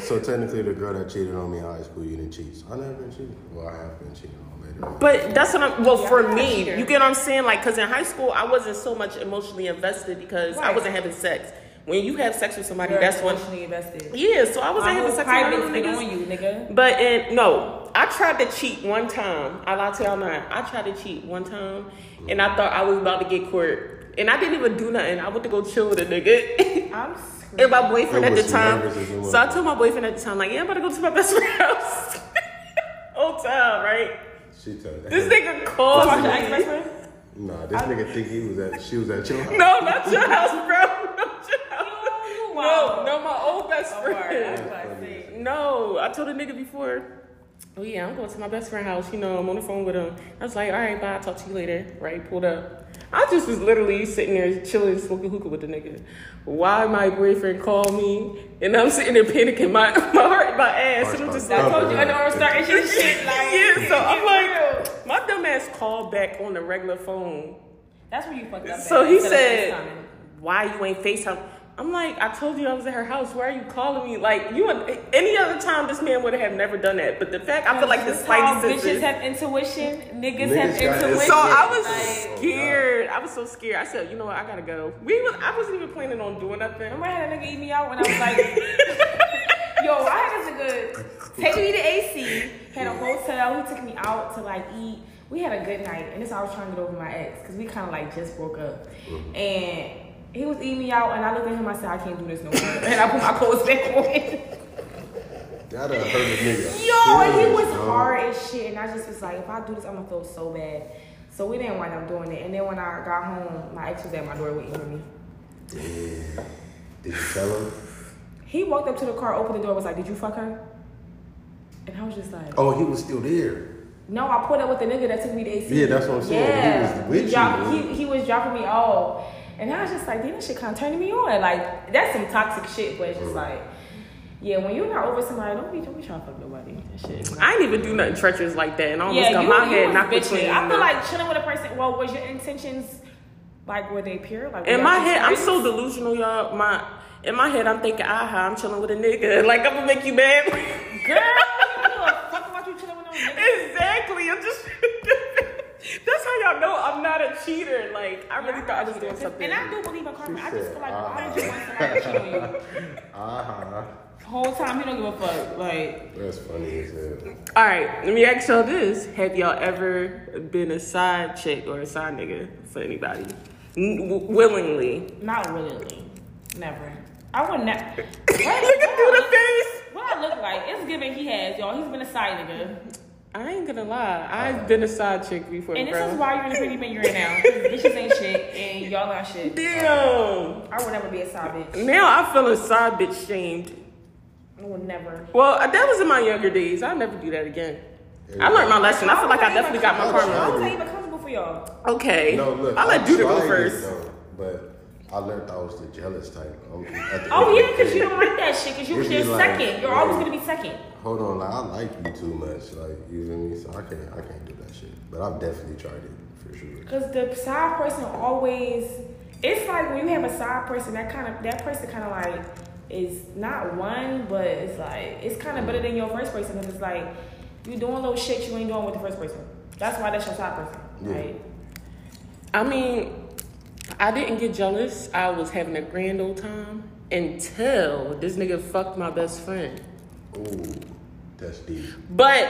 S1: [laughs]
S2: [laughs]
S3: so technically the girl that cheated on me in high school, you didn't cheat. So I never been cheated. Well, I have been cheated on later. on.
S1: But that's what I'm. Well,
S2: Yeah, I'm
S1: for
S2: not a
S1: me,
S2: cheater.
S1: you get what I'm saying. Like, cause in high school, I wasn't so much emotionally invested because I
S2: Right.
S1: wasn't having sex. When you have sex with somebody,
S2: You're
S1: that's when.
S2: emotionally invested.
S1: Yeah, so I wasn't
S2: My
S1: having
S2: whole
S1: sex with my
S2: private's
S1: little
S2: been
S1: niggas.
S2: on you, nigga.
S1: But in, no, I tried to cheat one time. I lied to y'all not. I tried to cheat one time, and I thought I was about to get court, and I didn't even do nothing. I went to go chill with a nigga. [laughs]
S2: I'm
S1: And
S2: screaming.
S1: my boyfriend
S3: It
S1: at the
S3: was
S1: time.
S3: nervous as it was.
S1: So I told my boyfriend at the time, like, yeah, I'm about to go to my best friend's [laughs] house. Whole time, right?
S3: she told
S1: This nigga called
S2: Fuck your
S1: me.
S2: ex-best friend?
S3: Nah, this nigga think he was at she was at your house.
S1: No, not your house, bro. [laughs] Not your house.
S2: Oh,
S1: No,
S2: wow.
S1: no, my old best
S2: I'm sorry.
S1: friend.
S2: That's what I said.
S1: No, I told a nigga before. Oh yeah, I'm going to my best friend house. You know, I'm on the phone with him. I was like, all right, bye. I'll talk to you later. Right, pulled up. I just was literally sitting there chilling, smoking hookah with the nigga. Why my boyfriend called me and I'm sitting there panicking, my [laughs] my heart, my ass, and I'm just like,
S2: I told you underarm starting shit, shit like
S1: [laughs] yeah. So I'm like, my dumb ass called back on the regular phone.
S2: That's where you fucked up.
S1: So
S2: at,
S1: he
S2: instead of
S1: said,
S2: FaceTiming.
S1: "Why you ain't Facetime?" I'm like, "I told you I was at her house. Why are you calling me? Like you and any other time, this man would have never done that. But the fact I feel like the
S2: This is how
S1: slightest
S2: bitches
S1: sense.
S2: have intuition. Niggas,
S3: Niggas
S2: have
S3: got
S2: intuition.
S3: intuition.
S1: So I was
S2: Like,
S1: scared. I was so scared. I said, "You know what? I gotta go." We was, I wasn't even planning on doing nothing.
S2: remember I had a nigga eat me out when I was like, [laughs] yo, I had this a good take me to AC. Had a hotel. He took me out to like eat. We had a good night, and this I was trying to get over my ex because we kind of like just broke up, and. He was eating me out, and I looked at him. I said, "I can't do this no more." [laughs] And I put my clothes back on.
S3: That done hurt a nigga.
S2: Yo, and he
S3: serious,
S2: was
S3: dog.
S2: hard as shit, and I just was like, if I do this, I'm gonna feel so bad. So we didn't wind up doing it. And then when I got home, my ex was at my door waiting for me.
S3: Yeah. Did you tell him?
S2: He walked up to the car, opened the door, was like, "Did you fuck her?" And I was just like,
S3: Oh, he was still there.
S2: "No, I pulled up with the nigga that took me to AC."
S3: Yeah, that's what I'm saying.
S2: Yeah,
S3: He was with
S2: he,
S3: you,
S2: dropped-
S3: man.
S2: he, he was dropping me off, and I was just like, "Damn, this shit kind of turning me on." Like that's some toxic shit, but it's just like, yeah, when you're not over somebody, don't be don't be trying to fuck nobody. That shit.
S1: I didn't even do nothing treacherous like that, and I almost
S2: Yeah,
S1: got
S2: you,
S1: my
S2: you
S1: head
S2: was
S1: knocked
S2: bitching.
S1: between.
S2: I feel
S1: them.
S2: like chilling with a person. Well, was your intentions like were they pure? Like were
S1: In
S2: y'all
S1: my
S2: just
S1: head, I'm
S2: friends?
S1: so delusional, y'all. My in my head, I'm thinking, aha, I'm chilling with a nigga. [laughs] Like I'm gonna make you mad. [laughs]
S2: girl. you don't give a fuck about you chilling with no nigga.
S1: exactly. I'm just. [laughs] That's how y'all know I'm not a cheater. Like [laughs] I really thought I was doing something.
S2: And I do believe in karma. I just feel like
S3: She
S2: why
S3: said,
S2: would you want somebody to cheat on
S1: [laughs]
S2: you?
S3: Uh-huh.
S2: Whole time you don't give a fuck. Like
S3: That's funny as hell.
S1: All right, let me ask y'all this: Have y'all ever been a side chick or a side nigga for anybody? N- w- willingly.
S2: not really. Never. I
S3: [laughs]
S2: would never.
S1: [laughs] Look at through the face.
S2: What I look like? It's given he has y'all. He's been a side nigga,
S1: I ain't gonna lie. I've been a side chick before,
S2: and this
S1: bro.
S2: is why you're in the pretty man you're in now. 'Cause Bitches ain't shit, and y'all not shit.
S1: Damn.
S2: I would never be a side bitch.
S1: Now I feel a side bitch shamed.
S2: I would never.
S1: Well, uh, that was in my younger days. I'll never do that again. I learned my lesson. I feel like I definitely got my
S2: I
S1: karma.
S2: don't think even comfortable for y'all.
S1: Okay.
S3: No, look.
S1: I'll let
S3: I
S1: Duda go
S3: tried it,
S1: first.
S3: though, but I learned I was the jealous type. I'm- at the
S2: Oh
S3: end of
S2: yeah,
S3: the
S2: because
S3: day,
S2: you don't like that shit. Because you,
S3: It'd be
S2: you're
S3: like-
S2: second. You're always gonna be second.
S3: Hold on, like, I like you too much, like you feel me. So I can't, I can't do that shit. But I've definitely tried it for sure.
S2: Because the side person always. It's like when you have a side person, that kind of that person kind of like is not one, but it's like it's kind of better than your first person. Because it's like you doing little shit you ain't doing with the first person. That's why that's your side person,
S3: Yeah.
S2: right?
S1: I mean, I didn't get jealous. I was having a grand old time until this nigga fucked my best friend.
S3: Ooh, that's deep.
S1: But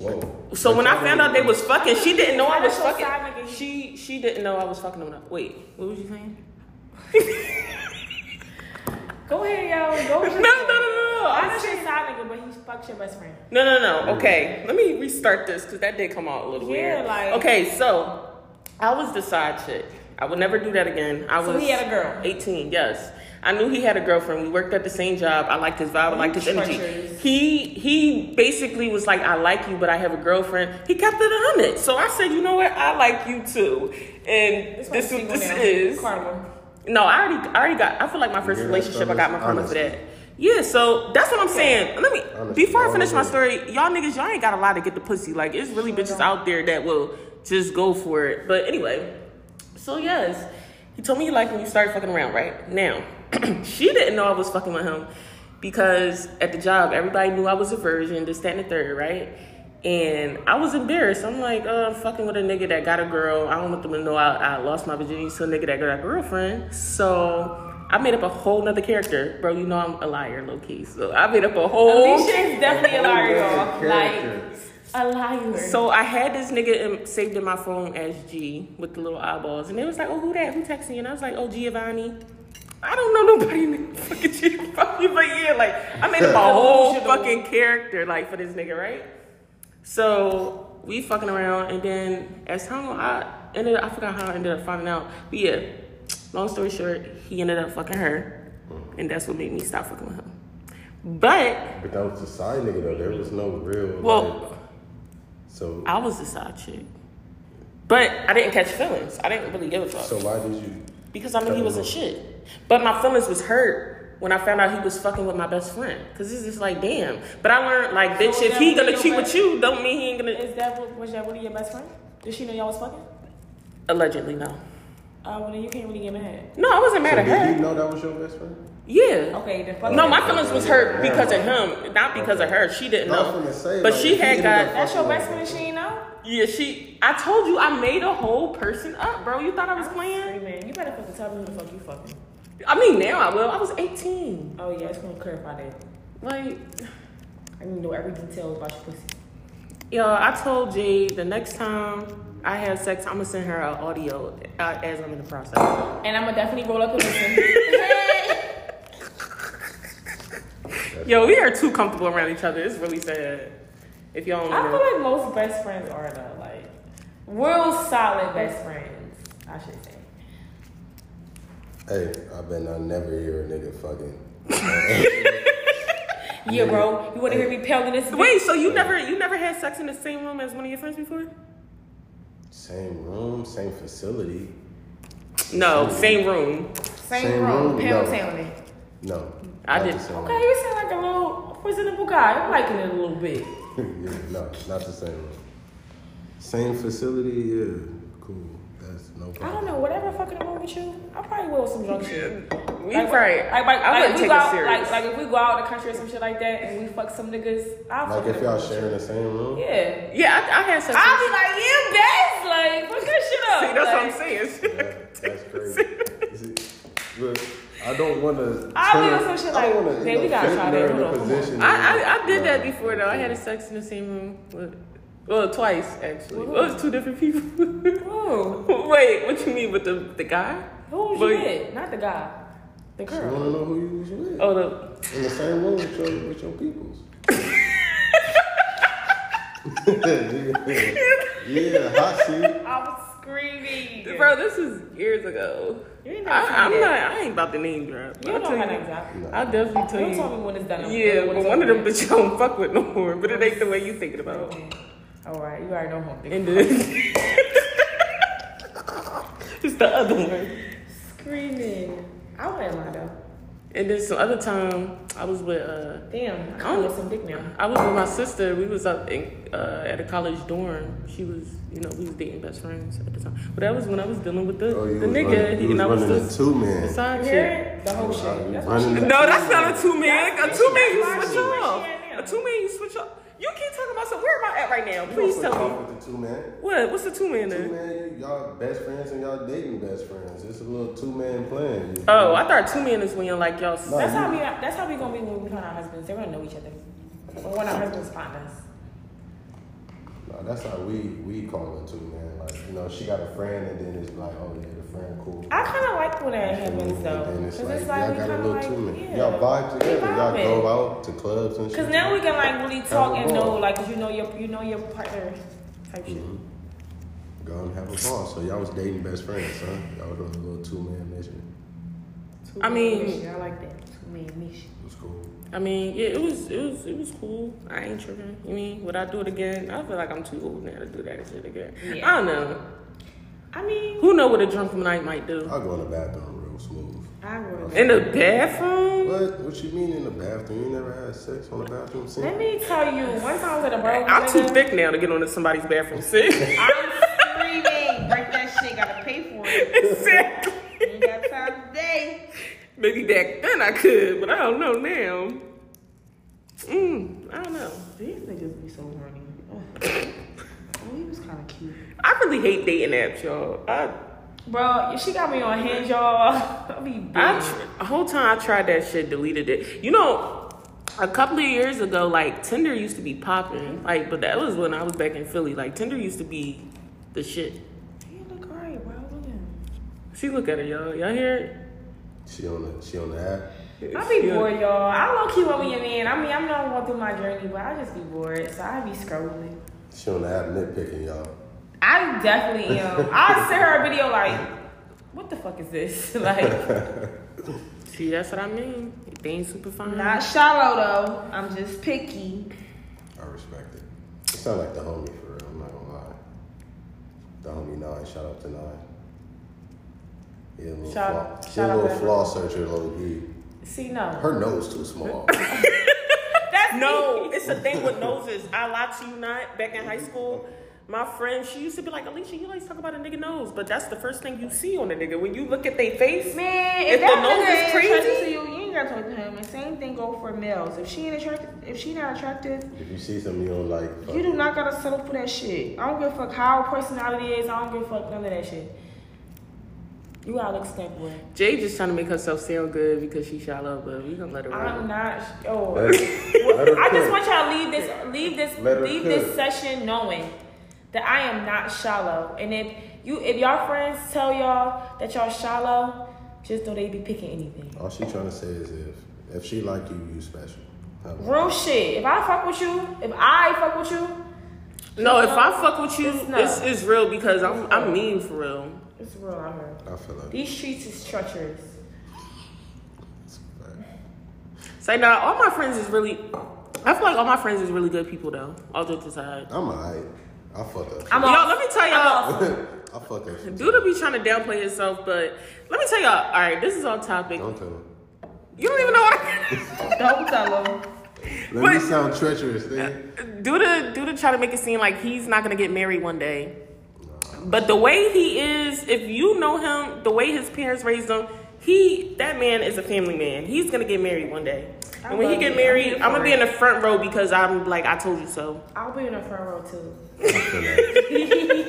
S3: Whoa.
S1: so when I found out they was fucking, she didn't know I [laughs] was
S2: That's your side
S1: fucking.
S2: nigga.
S1: She she didn't know I was fucking him. Wait, what was you saying?
S2: Go ahead,
S1: [laughs]
S2: y'all. Go. with
S1: No, no,
S2: your-
S1: no, no, no.
S2: I
S1: I
S2: know your side nigga, but he fucked your best friend.
S1: No, no, no. Okay, let me restart this because that did come out a little
S2: Yeah,
S1: weird.
S2: like-
S1: okay, so I was the side chick. I would never do that again. I was.
S2: So he had a girl.
S1: 18. Yes, I knew he had a girlfriend. We worked at the same job. I liked his vibe. I liked his energy.
S2: Treacherous.
S1: He he basically was like, I like you, but I have a girlfriend. He kept it a hundred. So I said, you know what? I like you too. And
S2: This,
S1: this
S2: one's
S1: this,
S2: single
S1: this
S2: now.
S1: is.
S2: Karma.
S1: No, I already, I already got. I feel like my first
S3: Yeah,
S1: relationship, I
S3: that's
S1: got my karma for
S3: honesty.
S1: that. Yeah, so that's what I'm saying. Let me
S3: Honesty,
S1: before I
S3: all
S1: finish
S3: the
S1: my
S3: way.
S1: story, y'all niggas, y'all ain't got a lot to get the pussy. Like it's really bitches out there that will just go for it. But anyway, so yes, he told me you like when you started fucking around, right? Now, [clears throat] she didn't know I was fucking with him because at the job, everybody knew I was a virgin, this, that, and the third, right? And I was embarrassed. I'm like, oh, I'm fucking with a nigga that got a girl. I don't want them to know I, I lost my virginity to a nigga that got a girlfriend. So I made up a whole nother character. Bro, you know I'm a liar, low key. So I made up a whole.
S2: Alicia is definitely a liar,
S3: Oh,
S2: y'all. Like
S3: characters.
S2: a liar.
S1: So I had this nigga in, saved in my phone as G with the little eyeballs, and they was like, "Oh, who that? Who texting?" you?" And I was like, "Oh, Giovanni." I don't know nobody named fucking [laughs] Giovanni, but yeah, like I made up a whole fucking character like for this nigga, right? So we fucking around, and then as time went- I ended, I forgot how I ended up finding out, but yeah. Long story short, he ended up fucking her, and that's what made me stop fucking with him. But
S3: But that was the side nigga though. There was no real.
S1: Well-
S3: like, so
S1: I was the side chick. But I didn't catch feelings. I didn't really give a fuck.
S3: so why did you?
S1: because I knew he was a shit. But my feelings was hurt when I found out he was fucking with my best friend. Because it's just like, damn. But I learned, like, bitch,
S2: So
S1: if he
S2: that
S1: gonna
S2: mean
S1: cheat
S2: your
S1: with
S2: best-
S1: you, don't mean he ain't gonna.
S2: is that what- was that really your best friend? Did she know y'all was fucking?
S1: Allegedly, no.
S2: Uh, well then you can't really give a head.
S1: No, I wasn't mad
S3: So
S1: at
S3: did you
S1: her.
S3: know that was your best friend?
S1: Yeah.
S2: Okay, the fuck.
S1: No, my
S3: Okay.
S1: feelings was hurt
S3: Yeah.
S1: because of him, not because of her. She didn't
S3: I was
S1: know.
S3: gonna say,
S1: But
S3: like,
S1: she
S3: if
S1: had
S3: you
S1: got.
S3: ended
S2: That's your best friend. She ain't know.
S1: Yeah, she. I told you I made a whole person up, bro. You thought I was playing?
S2: Hey, man, you better fucking tell me who the fuck you fucking.
S1: I mean, now I will. I was 18.
S2: Oh yeah, it's gonna clarify that.
S1: Like.
S2: I need to know every detail about your pussy.
S1: Yo, I told Jade the next time I have sex, I'm gonna send her an audio uh, as I'm in the process.
S2: And I'm gonna definitely roll up and listen.
S1: Yo, we are too comfortable around each other. It's really sad. If y'all don't
S2: [laughs] I
S1: know.
S2: feel like most best friends are though, like real solid best friends. I should say.
S3: Hey, I bet I never hear a nigga fucking.
S2: Yeah, bro. You wanna hear me pounding this?
S1: Wait, so you never you never had sex in the same room as one of your friends before?
S3: Same room, same facility.
S1: No, same room.
S2: Same,
S3: Same
S2: room,
S3: room?
S2: pound
S3: No.
S2: town it.
S3: No,
S1: I
S3: not
S1: did-
S3: the same
S2: Okay, you sound like a little presentable guy. I'm liking it a little bit.
S3: room. [laughs] yeah, no, not the same room. Same facility. Yeah, cool. That's no problem.
S2: I don't know, whatever fucking wrong with you, I probably will some drunk shit.
S1: We
S2: Like,
S1: right.
S2: Like, like,
S1: I
S2: like
S1: wouldn't
S2: if we
S1: take
S2: go
S1: it
S2: out,
S1: serious.
S2: like, like if we go out in the country or some shit like that, and we fuck some niggas, I'll
S3: Like
S2: fucking
S3: if y'all sharing the same room.
S2: yeah.
S1: yeah, I, I had sex.
S2: I'll be like, yeah, best. Like, fuck that shit up.
S1: See, that's what
S2: like,
S1: I'm saying. [laughs]
S3: Yeah, that's crazy. See, Look, I don't want to.
S2: I do some shit like, man, we gotta try that. Hold on, come on.
S1: I, I I did that before though. I had sex in the same room. With, well, twice actually. Well, it was two different people. [laughs]
S2: Who?
S1: Wait, what you mean with the the guy?
S2: Who was
S1: But-
S2: you with? Not the guy. The
S3: You
S2: girl.
S3: want to know who you was with
S1: Oh no.
S3: in the same room with your with your peoples. yeah. yeah, hot seat.
S2: I was screaming.
S1: Bro, this is years ago.
S2: You ain't never
S1: I,
S2: told me
S1: I'm not.
S2: that.
S1: I ain't about to name drop.
S2: You
S1: I'll
S2: don't know
S1: tell
S2: my
S1: you-
S2: name's out.
S3: No.
S1: I'll definitely tell
S2: Don't
S1: you.
S2: tell me when it's done.
S1: yeah,
S2: when
S1: but
S2: it's
S1: one of
S2: over
S1: them bitches I don't fuck with no more. But it ain't the way you thinking about.
S2: with. All right, you already know who I'm thinking.
S1: And then [laughs] it's the other one.
S2: Screaming. I wouldn't lie though.
S1: And then some other time I was with uh
S2: Damn, I
S1: I don't-
S2: can get some dick now.
S1: I was with my sister. We was up in, uh, at a college dorm. She was, you know, we was dating best friends at the time. But that was when I was dealing with the,
S3: Oh, you
S1: the
S3: was
S1: nigga.
S3: running- you
S1: and I
S3: was
S1: was
S3: running
S1: the,
S3: the two man.
S1: the side chick.
S2: Yeah, the whole shit. That's why
S3: Running the-
S1: No, that's not a two man. A
S2: That's-
S1: two man, you
S2: that's why
S1: switch
S2: she where
S1: off.
S2: she at now.
S1: A two man, you switch off. You keep talking about something. Where am I at right now?
S3: You
S1: Please
S3: don't
S1: tell
S3: fuck
S1: me.
S3: with the two man.
S1: What? What's the two man
S3: Two
S1: then?
S3: man, y'all best friends and y'all dating best friends. It's a little two man plan. you
S1: Oh, I thought two man is when you're like y'all. s-
S3: No.
S2: That's how we. That's how we gonna be when we find our husbands. They're gonna know each other. Or when our husbands find us.
S3: Nah, that's how we we call it too, man. Like you know, she got a friend, and then it's like, oh yeah, the friend cool.
S2: I kind of like when that
S3: And
S2: happens though,
S3: then
S2: because
S3: it's
S2: it's,
S3: like,
S2: like we
S3: y'all got a
S2: kind of
S3: little
S2: like
S3: too many.
S2: yeah.
S3: Y'all vibe
S2: We
S3: together. Y'all
S2: vibing.
S3: go out to clubs and shit.
S2: Cause now we can like really talk
S3: Have a
S2: and know,
S3: ball.
S2: like, 'cause you know your you know your partner type shit.
S3: Mhm. go and have
S2: [laughs]
S3: a ball. So y'all was dating best friends, huh? Y'all was on a little two man mission.
S2: Two
S1: I mean-
S2: man mission. I like that. Two man mission.
S3: It was cool.
S1: I mean, yeah, it was, it was, it was cool. I ain't tripping. You mean would I do it again? I feel like I'm too old now to do that shit again.
S2: Yeah.
S1: I don't know.
S2: I mean,
S1: Who know what a drunken night might do?
S3: I'll go in the bathroom real smooth.
S2: I would.
S1: In the bathroom?
S3: What? What you mean in the bathroom? You never had sex on the bathroom scene?
S2: Let me tell you, one time I was at a burger.
S1: [laughs] I'm too thick now to get onto somebody's bathroom seat.
S2: I'm
S1: Maybe back then I could, but I don't know now. Mm, I don't know.
S2: These niggas be so horny. Oh, oh he was kind of cute.
S1: I really hate dating apps, y'all. I,
S2: Bro, she got me on hinge, y'all. [laughs] I be
S1: I
S2: bitch.
S1: tr- the whole time I tried that shit, deleted it. You know, a couple of years ago, like Tinder used to be popping. Like, but that was when I was back in Philly. Like Tinder used to be the shit.
S2: He look alright, bro. Look at
S1: She look at her, y'all. Y'all hear
S3: She on the she on the app.
S1: it?
S2: him. I be
S1: She-
S2: bored, y'all. I low key want me a man. I mean, I'm not going through my journey, but I just be bored, so I be scrolling.
S3: She on the app nitpicking y'all.
S2: I definitely am. I send her a video like, what the fuck is this? [laughs] like,
S1: See, that's what I mean. They ain't super fine.
S2: not shallow though. I'm just picky.
S3: I respect it. It sound like the homie for real. I'm not gonna lie. The homie nine. Shout out to nine. Yeah, little
S2: Shout-
S3: flaw. She
S2: shout
S3: a
S2: out
S3: little
S2: to
S3: flaw searcher, low key.
S2: See, no.
S3: Her nose
S2: [laughs]
S3: too small.
S2: That's
S1: No, it's a thing with noses. I lie to you not. Back in high school, my friend, she used to be like, Alicia, you always talk about a nigga nose, but that's the first thing you see on a nigga. When you look at their face,
S2: Man,
S1: If
S2: if,
S1: the
S2: that
S1: nose
S2: nigga
S1: is
S2: ain't
S1: crazy-
S2: attracted to you, you ain't gotta talk to him. And same thing go for males. If she ain't attracted, if she not attractive,
S3: if you see something you don't like, fuck
S2: you do
S3: it.
S2: not gotta settle for that shit. I don't give a fuck how her personality is. I don't give a fuck none of that shit. You gotta look step boy.
S1: Jay just trying to make herself sound good because she's shallow, but we gonna let her ride.
S2: I'm not. Oh, [laughs]
S3: Let her- let her
S2: I just
S3: cook.
S2: want y'all to leave this, leave this,
S3: Let her
S2: leave
S3: cook.
S2: this session knowing that I am not shallow. And if you, if y'all friends tell y'all that y'all shallow, just know they be picking anything.
S3: All she trying to say is if if she like you, you special. How about
S2: Real shit. If I fuck with you, if I fuck with you,
S1: No, if I fuck with you,
S2: It's not.
S1: it's, it's real because I'm I'm mean for real.
S2: it's real out here.
S3: that? I feel like
S2: These streets is treacherous.
S3: that's a fact.
S1: So now all my friends is really, I feel like all my friends is really good people though. All jokes aside,
S3: I'm alright. I fuck up.
S2: I'm
S1: y'all.
S2: off.
S1: Let me tell y'all.
S3: [laughs] I fuck up.
S1: Duda be trying to downplay himself, but let me tell y'all. All right, this is off topic.
S3: Don't tell him.
S1: You don't even know what I.
S2: Don't tell them.
S3: Let me
S1: But-
S3: sound treacherous, then.
S1: Duda, Duda try to make it seem like he's not gonna get married one day. But the way he is, if you know him, the way his parents raised him, he that man is a family man. He's gonna get married one day. And when he
S2: love
S1: get
S2: it.
S1: married,
S2: I'm here
S1: I'm gonna
S2: for
S1: be in
S2: it.
S1: the front row because I'm like I told you so.
S2: I'll be in the front row too. [laughs]
S3: I feel that.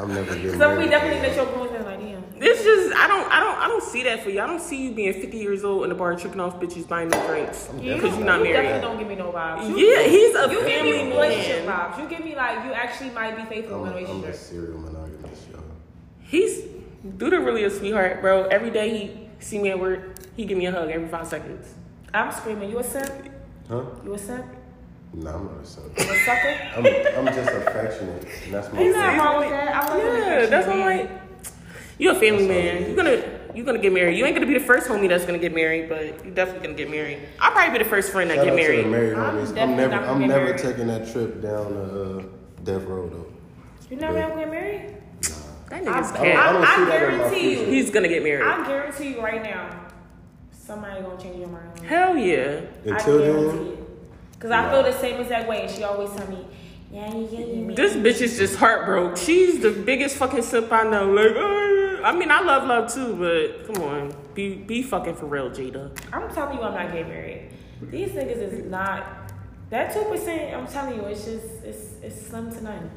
S3: I'm never getting
S2: So
S3: married.
S2: we definitely
S3: again.
S2: let your bros in like, damn.
S1: It's just I don't I don't I don't see that for you. I don't see you being 50 years old in the bar tripping off bitches buying them drinks
S3: Yeah.
S1: because you're not married.
S2: definitely don't give me no vibes. You,
S1: Yeah, he's a
S2: you give
S1: family
S2: me relationship
S1: man.
S2: vibes. You give me like you actually might be faithful in
S3: I'm,
S2: a
S3: I'm a
S2: relationship.
S3: serial monogamous, y'all.
S1: He's Duda really a sweetheart, bro. Every day he see me at work, he give me a hug every five seconds.
S2: I'm screaming. You a simp?
S3: Huh?
S2: You a simp?
S3: Nah, I'm not a son.
S2: You a sucker?
S3: [laughs] I'm, I'm just affectionate. And that's my
S2: Ain't
S3: thing.
S2: nothing wrong with that. I love an
S1: Yeah,
S2: affectionate
S1: that's what I'm
S2: man.
S1: like. You're a family
S3: That's all it
S1: man.
S3: is.
S1: You're gonna you're gonna get married. You ain't gonna be the first homie that's gonna get married, but you're definitely gonna get married. I'll probably be the first friend that
S3: Shout
S1: get
S3: out to
S1: married.
S3: the married
S2: I'm
S3: homies. I'm
S2: definitely
S3: never,
S2: not gonna
S3: I'm
S2: get
S3: never
S2: married.
S3: taking that trip down to uh, Death Row though.
S2: You never ever get married?
S1: that nigga's
S2: I-
S3: I, don't- I
S1: cat.
S3: don't
S2: I
S3: see that in my
S2: guarantee you.
S3: future.
S1: He's gonna get married.
S2: I guarantee you right now, somebody gonna change your mind.
S1: Hell yeah.
S3: Until
S2: I
S3: then,
S2: guarantee it. Cause I feel
S3: Nah.
S2: the same exact way, and she always tell me, "Yeah, you get me."
S1: This bitch is just heartbroken. She's the biggest fucking simp I know. Like, "Ah." I mean, I love love too, but come on, be be fucking for real, Jada.
S2: I'm telling you, I'm not getting married. These niggas is not. That two percent, I'm telling you, it's just it's it's slim to none.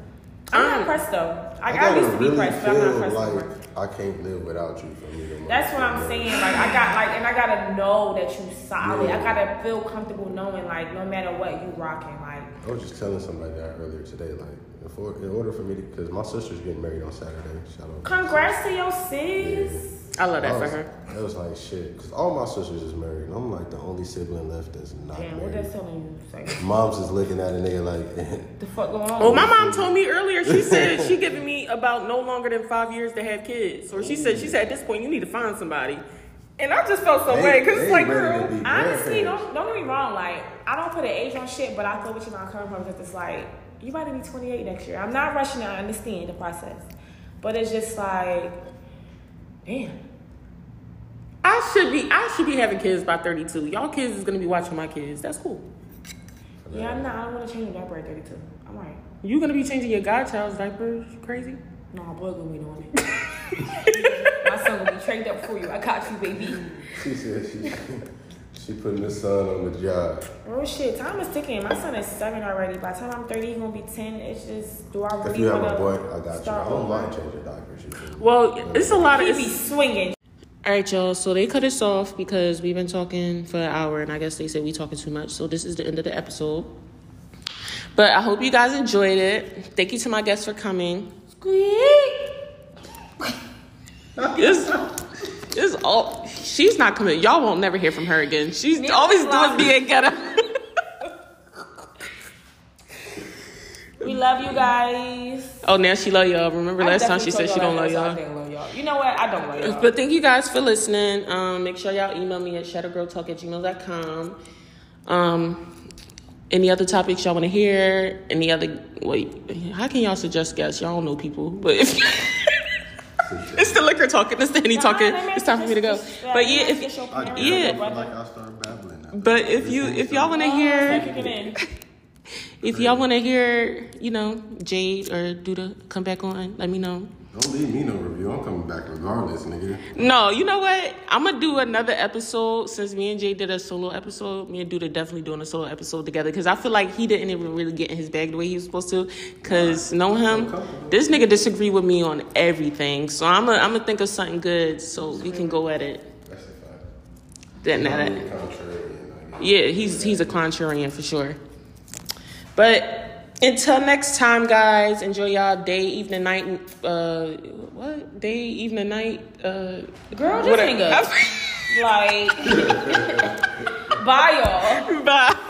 S2: I'm
S1: Um,
S2: not pressed though.
S3: I
S2: Like, I,
S3: gotta
S2: used to be
S3: really
S2: pressed, but I'm not
S3: feel
S2: pressed
S3: like
S2: anymore.
S3: I can't live without you for me to.
S2: That's what I'm saying. Like I got like, and I gotta know that you solid.
S3: Yeah.
S2: I gotta feel comfortable knowing like, no matter what, you rocking. Like
S3: I was just telling somebody that earlier today. Like, if or- in order for me to, because my sister's getting married on Saturday. Shout out.
S2: Congrats to your sis.
S1: I love
S3: I
S1: that for
S3: was,
S1: her.
S3: I was like, shit, because all my sisters is married. and I'm like the only sibling left that's not
S2: Damn, what
S3: married.
S2: that's telling you? It's Like,
S3: Mom's is looking at it, nigga, like, [laughs]
S2: the fuck going on?
S1: Well, Oh, my mom told me earlier. She said she giving me about no longer than five years to have kids. Or she said she said at this point you need to find somebody. And I just felt some
S3: They-
S1: way because
S3: they
S1: it's like,
S3: ready to
S1: girl,
S3: be
S2: Honestly,
S3: grandparents.
S2: don't don't get me wrong. Like I don't put an age on shit, but I feel what you're not coming from because it's like you about to be 28 next year. I'm not rushing. it, I understand the process, but it's just like, damn.
S1: I should be I should be having kids by 32. Y'all kids is gonna be watching my kids. That's cool.
S2: Yeah, I'm not. I don't want to change my diaper at 32. I'm like,
S1: You gonna be changing your godchild's diapers? You Crazy.
S2: no, nah, boy gonna be doing it. my son son will be trained up for you. I got you, baby.
S3: She said she [laughs] she putting her son on the job.
S2: Real Oh, shit. Time is ticking. My son is seven already. By the time I'm thirty, he's gonna be ten. It's just, do I really
S3: If you have
S2: wanna
S3: a boy, I got you.
S2: start
S3: I don't
S2: over?
S3: mind changing diapers. you feel me?
S1: Well, it's a lot of.
S2: He be swinging.
S1: All right, y'all. So they cut us off because we've been talking for an hour, and I guess they said we talking too much. So this is the end of the episode. But I hope you guys enjoyed it. Thank you to my guests for coming. It's, it's all. She's not coming. Y'all won't never hear from her again. She's
S2: Neither
S1: always
S2: will I.
S1: doing being ghetto.
S2: We love you guys.
S1: oh, now she love y'all. Remember
S2: I
S1: last time
S2: definitely
S1: she said she
S2: told
S1: don't love
S2: that
S1: y'all.
S2: I didn't love y'all. You know what? I don't love y'all.
S1: [laughs] But thank you guys for listening. Um, make sure y'all email me at shadowgirltalk at gmail.com. Um, any other topics y'all want to hear? Any other, wait, how can y'all suggest guests? Y'all don't know people, but if [laughs] it's the liquor talking, it's the henny talking. It's time for me to go. But yeah, if,
S3: I do.
S1: Yeah.
S3: Like I start babbling. Now.
S1: but if you, if y'all want to hear, if y'all want to hear, you know, Jade or Duda come back on, let me know.
S3: Don't leave me no review. I'm coming back regardless, nigga.
S1: No, you know what? I'm gonna do another episode since me and Jay did a solo episode. Me and Duda definitely doing a solo episode together because I feel like he didn't even really get in his bag the way he was supposed to. Cause know him, this nigga disagree with me on everything. So I'm gonna I'm gonna think of something good so we can go at it.
S3: That's a fact.
S1: Then
S3: I'm
S1: that.
S3: really contrarian, I guess.
S1: Yeah, he's he's a contrarian for sure. But until next time, guys, enjoy y'all day, evening, night. Uh, what day, evening, night? Uh,
S2: Girl, this
S1: whatever.
S2: nigga. like, [laughs] bye y'all.
S1: [laughs] Bye.